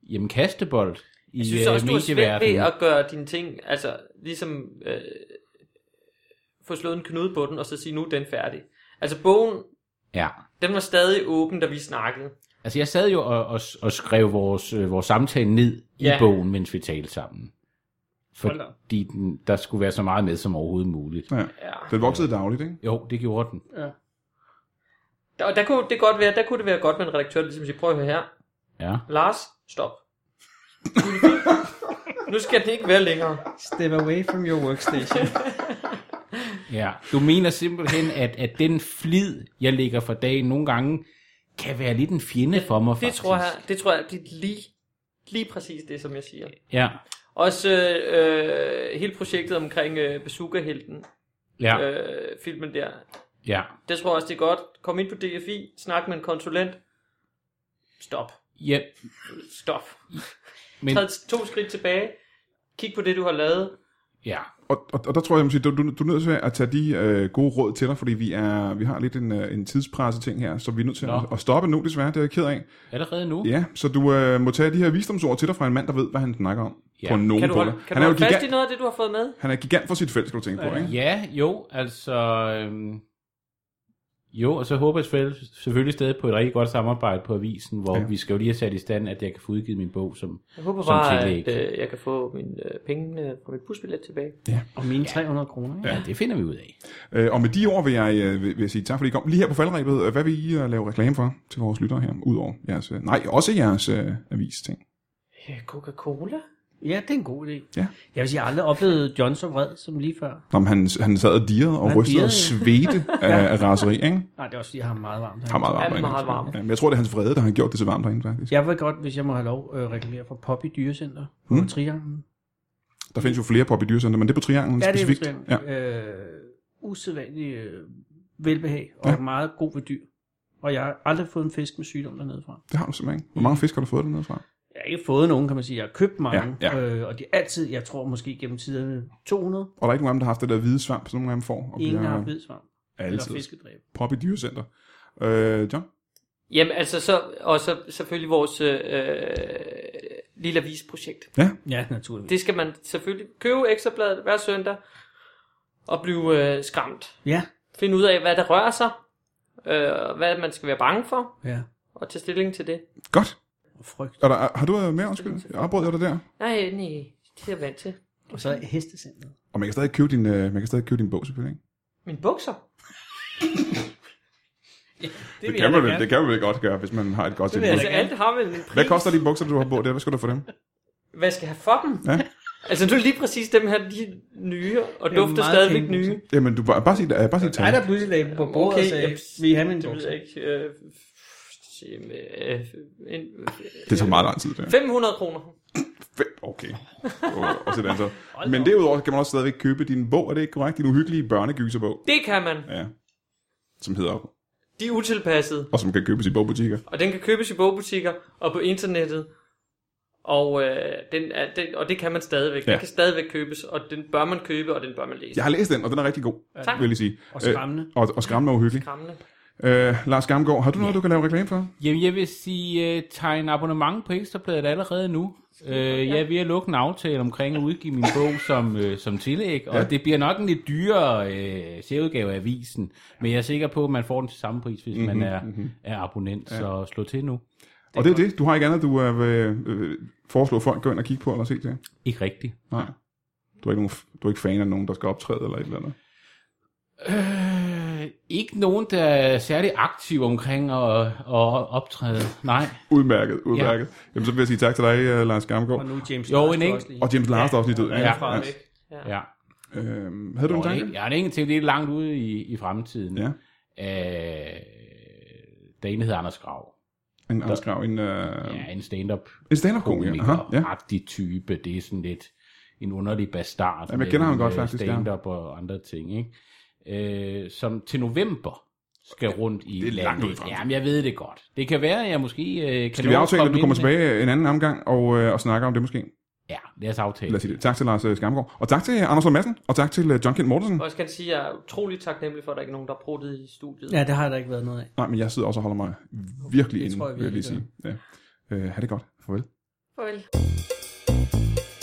[SPEAKER 5] jamen, kastebold i
[SPEAKER 4] Jeg synes også,
[SPEAKER 5] øh,
[SPEAKER 4] du har svært ved
[SPEAKER 5] medieverdenen.
[SPEAKER 4] at gøre dine ting, altså ligesom øh, få slået en knude på den, og så sige, nu er den færdig. Altså bogen,
[SPEAKER 5] Ja.
[SPEAKER 4] den var stadig åben, da vi snakkede.
[SPEAKER 5] Altså, jeg sad jo og, og, og skrev vores, øh, vores samtale ned i
[SPEAKER 4] Ja.
[SPEAKER 5] bogen, mens vi talte sammen.
[SPEAKER 6] Hold da op.
[SPEAKER 5] Fordi den, der skulle være så meget med som overhovedet muligt.
[SPEAKER 1] Ja.
[SPEAKER 4] Ja.
[SPEAKER 1] Den voksede dagligt, ikke?
[SPEAKER 5] Jo, det gjorde den.
[SPEAKER 4] Der, og der kunne det godt være, der kunne det være godt med en redaktør, der ligesom siger, prøv at høre her,
[SPEAKER 5] Ja.
[SPEAKER 4] Lars, [LAUGHS] stop. nu skal det ikke være længere.
[SPEAKER 6] Step away from your workstation.
[SPEAKER 5] ja. Du mener simpelthen, at, at den flid, jeg lægger for dagen nogle gange, kan være lidt en fjende for mig,
[SPEAKER 4] Det
[SPEAKER 5] faktisk.
[SPEAKER 4] tror jeg, det tror jeg, det er lige, lige præcis det, som jeg siger.
[SPEAKER 5] Ja.
[SPEAKER 4] Også øh, øh, hele projektet omkring øh, Bazooka-helten,
[SPEAKER 5] Ja.
[SPEAKER 4] øh, filmen der,
[SPEAKER 5] ja.
[SPEAKER 4] Det tror jeg også, det er godt. Kom ind på DFI, snak med en konsulent. Stop.
[SPEAKER 5] ja.
[SPEAKER 1] [LAUGHS]
[SPEAKER 4] Stop.
[SPEAKER 5] Men,
[SPEAKER 4] Træd to skridt tilbage. Kig på det, du har lavet.
[SPEAKER 5] ja.
[SPEAKER 1] Og, og, og der tror jeg, at du, du, du er nødt til at tage de øh, gode råd til dig, fordi vi, er, vi har lidt en, øh, en tidspresse ting her, så vi er nødt til
[SPEAKER 5] Nå.
[SPEAKER 1] at, at stoppe nu desværre, det er jeg ked af.
[SPEAKER 5] Allerede nu?
[SPEAKER 1] Ja, så du øh, må tage de her visdomsord til dig fra en mand, der ved, hvad han snakker om. Ja.
[SPEAKER 5] Ja.
[SPEAKER 1] På nogen
[SPEAKER 4] Kan du
[SPEAKER 1] på
[SPEAKER 4] holde,
[SPEAKER 1] det.
[SPEAKER 4] kan
[SPEAKER 1] han,
[SPEAKER 4] du
[SPEAKER 1] er jo
[SPEAKER 4] holde fast
[SPEAKER 1] gigant,
[SPEAKER 4] i noget af det, du har fået med?
[SPEAKER 1] han er gigant for sit felt, skal du tænke på, ikke?
[SPEAKER 5] Ja, jo, altså... Øhm, jo, og så håber jeg selvfølgelig, selvfølgelig stadig på et rigtig godt samarbejde på avisen, hvor
[SPEAKER 1] Ja.
[SPEAKER 5] ja. vi skal jo lige have sat i stand, at jeg kan få udgivet min bog, som...
[SPEAKER 4] Jeg håber
[SPEAKER 5] Som
[SPEAKER 4] bare, at
[SPEAKER 5] tillæg.
[SPEAKER 4] øh, jeg kan få mine øh, penge øh, fra mit busbillet tilbage.
[SPEAKER 6] [LAUGHS] Og mine 300 kroner, ikke?
[SPEAKER 5] Ja. ja, det finder vi ud af.
[SPEAKER 1] Øh, og med de ord vil jeg, øh, vil, vil jeg sige tak, fordi I kom. Lige her på faldrebet, øh, hvad vil I øh, lave reklame for til vores lyttere her? Udover jeres... Øh, nej, også jeres øh, avis-ting.
[SPEAKER 4] Øh, Coca-Cola?
[SPEAKER 6] Ja, det er en god idé.
[SPEAKER 1] Ja.
[SPEAKER 6] Jeg vil sige, jeg har aldrig oplevet John så vred som lige før.
[SPEAKER 1] Nå, men han, han sad og dirrede og
[SPEAKER 6] Han
[SPEAKER 1] rystede og
[SPEAKER 6] [LAUGHS]
[SPEAKER 1] svedte af, af raseri, ikke?
[SPEAKER 6] Nej, det er også fordi, jeg har meget varmt.
[SPEAKER 1] Han er meget varm.
[SPEAKER 4] Ja,
[SPEAKER 1] derinde.
[SPEAKER 4] meget varm.
[SPEAKER 1] Ja, men jeg tror, det er hans vrede, der har gjort det så varmt derinde, faktisk. Ja.
[SPEAKER 6] Jeg vil godt, hvis jeg må have lov, øh, reklamere for Poppy Dyrecenter på
[SPEAKER 1] Mm.
[SPEAKER 6] mm. Trianglen.
[SPEAKER 1] Der findes jo flere Poppy Dyrecenter, men det er på Trianglen
[SPEAKER 6] Ja, det er
[SPEAKER 1] specifikt.
[SPEAKER 6] bestemt.
[SPEAKER 1] Ja.
[SPEAKER 6] Øh, usædvanlig øh, velbehag og
[SPEAKER 1] Ja.
[SPEAKER 6] ja. meget god ved dyr. Og jeg har aldrig fået en fisk med sygdom dernede fra.
[SPEAKER 1] Det har du simpelthen ikke. Hvor mange fisk har du fået dernede fra?
[SPEAKER 6] Jeg har ikke fået nogen, kan man sige. Jeg har købt mange, ja,
[SPEAKER 1] Ja, ja.
[SPEAKER 6] ja. Øh, og det er altid, jeg tror måske gennem tiderne, 200.
[SPEAKER 1] Og der er ikke nogen af dem, der har haft det der hvide svamp, som nogle af dem får. Og
[SPEAKER 6] Ingen har haft hvidsvarm eller
[SPEAKER 1] altid.
[SPEAKER 6] fiskedræb.
[SPEAKER 1] Poppy Dyrecenter. Øh, John?
[SPEAKER 4] Jamen altså, så, og så selvfølgelig vores øh, lille avisprojekt.
[SPEAKER 6] Ja, naturligvis. Det...
[SPEAKER 4] Det skal man selvfølgelig købe ekstrabladet hver søndag og blive øh, skræmt.
[SPEAKER 6] Ja,
[SPEAKER 4] finde ud af, hvad der rører sig, øh, og hvad man skal være bange for,
[SPEAKER 6] ja.
[SPEAKER 4] og tage stilling til det.
[SPEAKER 1] Godt.
[SPEAKER 6] Og frygt.
[SPEAKER 1] Er der, har du øh, mere, undskyld? Jeg afbrød dig der.
[SPEAKER 4] Nej, nej, det er jeg vant til.
[SPEAKER 6] Og så hestecentret.
[SPEAKER 1] Og man kan stadig købe din, øh, man kan stadig købe din bog, selvfølgelig. Ikke?
[SPEAKER 4] Mine bukser?
[SPEAKER 6] Det, vil
[SPEAKER 1] kan
[SPEAKER 6] jeg da
[SPEAKER 1] man, vel-
[SPEAKER 6] gerne.
[SPEAKER 1] det kan man vel godt gøre, hvis man har et godt
[SPEAKER 6] Det vil
[SPEAKER 1] tilbud.
[SPEAKER 6] jeg
[SPEAKER 4] Altså, alt har vel en pris.
[SPEAKER 1] Hvad koster de bukser, du har på der? Hvad skal du få dem?
[SPEAKER 4] Hvad skal jeg have for dem?
[SPEAKER 1] Ja.
[SPEAKER 4] [LAUGHS] Altså, nu er lige præcis dem her, de er nye, og
[SPEAKER 6] Det er
[SPEAKER 4] dufter
[SPEAKER 6] meget
[SPEAKER 4] stadigvæk
[SPEAKER 6] pæne
[SPEAKER 4] nye.
[SPEAKER 6] bukser.
[SPEAKER 1] Jamen, du bare, bare sig, øh, bare sig
[SPEAKER 6] Ej,
[SPEAKER 1] tal.
[SPEAKER 6] der pludselig lagde på bordet okay, og sagde,
[SPEAKER 4] jamen,
[SPEAKER 6] vi har min
[SPEAKER 4] Det ved
[SPEAKER 6] dåse.
[SPEAKER 4] jeg ikke. Øh, jamen, øh, en,
[SPEAKER 1] Det tager meget lang tid. Det.
[SPEAKER 4] 500 kroner.
[SPEAKER 1] Fem- Okay. Og- Og sådan så. Men derudover kan man også stadigvæk købe din bog, er det ikke korrekt? Din uhyggelige børnegyserbog,
[SPEAKER 4] Det kan man.
[SPEAKER 1] ja. som hedder op,
[SPEAKER 4] De er utilpassede.
[SPEAKER 1] og som kan købes i bogbutikker.
[SPEAKER 4] Og den kan købes i bogbutikker og på internettet. Og, øh, den er, den, og det kan man stadigvæk.
[SPEAKER 1] Ja.
[SPEAKER 4] Ja. Den kan stadigvæk købes, og den bør man købe, og den bør man læse.
[SPEAKER 1] Jeg har læst den, og den er rigtig god,
[SPEAKER 4] Tak.
[SPEAKER 1] vil jeg sige.
[SPEAKER 6] Og
[SPEAKER 1] Øh,
[SPEAKER 6] skræmmende.
[SPEAKER 1] og, og skræmmende og uhyggelig.
[SPEAKER 4] Skræmmende.
[SPEAKER 1] Øh, Lars Gamgaard, har du noget, du kan lave reklame for?
[SPEAKER 5] Jamen, jeg vil sige, uh, tegn abonnement på Ekstrabladet allerede nu. Uh, jeg er ved at lukke en aftale omkring at udgive min bog som, uh, som tillæg, og
[SPEAKER 1] Ja.
[SPEAKER 5] ja. det bliver nok en lidt dyrere uh, særudgave af avisen, men jeg er sikker på, at man får den til samme pris, hvis mm-hmm, man er, mm-hmm. er abonnent, ja. så slå til nu.
[SPEAKER 1] og det er det. Du har ikke andet, du øh, vil øh, foreslå folk, gå ind og kigge på eller se til?
[SPEAKER 5] Ikke rigtigt.
[SPEAKER 1] Nej. Du er, ikke nogen, du er ikke fan af nogen, der skal optræde eller et eller andet?
[SPEAKER 5] Øh, Ikke nogen, der er særlig aktiv omkring at, at optræde. Nej.
[SPEAKER 1] Udmærket, udmærket. Ja. Jamen, så vil jeg sige tak til dig, øh, Lars Gammelgaard.
[SPEAKER 6] Og nu James
[SPEAKER 5] Jo,
[SPEAKER 6] Last
[SPEAKER 5] en
[SPEAKER 6] også
[SPEAKER 5] enkelt-
[SPEAKER 6] lige.
[SPEAKER 1] Og James Lars, der også lige død.
[SPEAKER 6] Ja,
[SPEAKER 5] fra
[SPEAKER 1] ja.
[SPEAKER 5] Ja.
[SPEAKER 1] Øhm, havde du en
[SPEAKER 5] Nå,
[SPEAKER 1] tanke?
[SPEAKER 5] det, ja, det er ingenting. Det er langt ude i, i fremtiden.
[SPEAKER 1] Ja.
[SPEAKER 5] Øh, der er en, der hedder Anders Grav.
[SPEAKER 1] En afskrav, en, øh,
[SPEAKER 5] Ja, en stand-up
[SPEAKER 1] en stand-up-komiker. Aha, ja.
[SPEAKER 5] komiker-agtig type. Det er sådan lidt en underlig bastard.
[SPEAKER 1] Jamen, jeg kender ham
[SPEAKER 5] mellem,
[SPEAKER 1] godt,
[SPEAKER 5] øh,
[SPEAKER 1] faktisk, ja.
[SPEAKER 5] Stand-up og andre ting, ikke? Øh, som til november skal rundt i
[SPEAKER 1] det er langt
[SPEAKER 5] landet.
[SPEAKER 1] ud i fremtiden.
[SPEAKER 5] Jamen, jeg ved det godt. Det kan være, at jeg måske øh, kan
[SPEAKER 1] Skal vi
[SPEAKER 5] nå at
[SPEAKER 1] aftale, at
[SPEAKER 5] komme
[SPEAKER 1] du kommer
[SPEAKER 5] ind med-
[SPEAKER 1] tilbage en anden omgang og, øh, og snakker om det måske?
[SPEAKER 5] Ja, lad os aftale.
[SPEAKER 1] Lad os sige det. Tak til Lars øh, Skamgaard. Og tak til Anders Lund Madsen. Og tak til øh, John Kent Mortensen.
[SPEAKER 4] Og jeg skal sige, at jeg er utrolig taknemmelig for, at der ikke er nogen, der har pruttet i studiet.
[SPEAKER 6] Ja, det har der ikke været noget af.
[SPEAKER 1] Nej, men jeg sidder også og holder mig virkelig
[SPEAKER 6] Det
[SPEAKER 1] inde,
[SPEAKER 6] tror jeg
[SPEAKER 1] vil jeg lige
[SPEAKER 6] virkelig,
[SPEAKER 1] sige. Ja. Øh, ha' det godt. Farvel.
[SPEAKER 4] Farvel.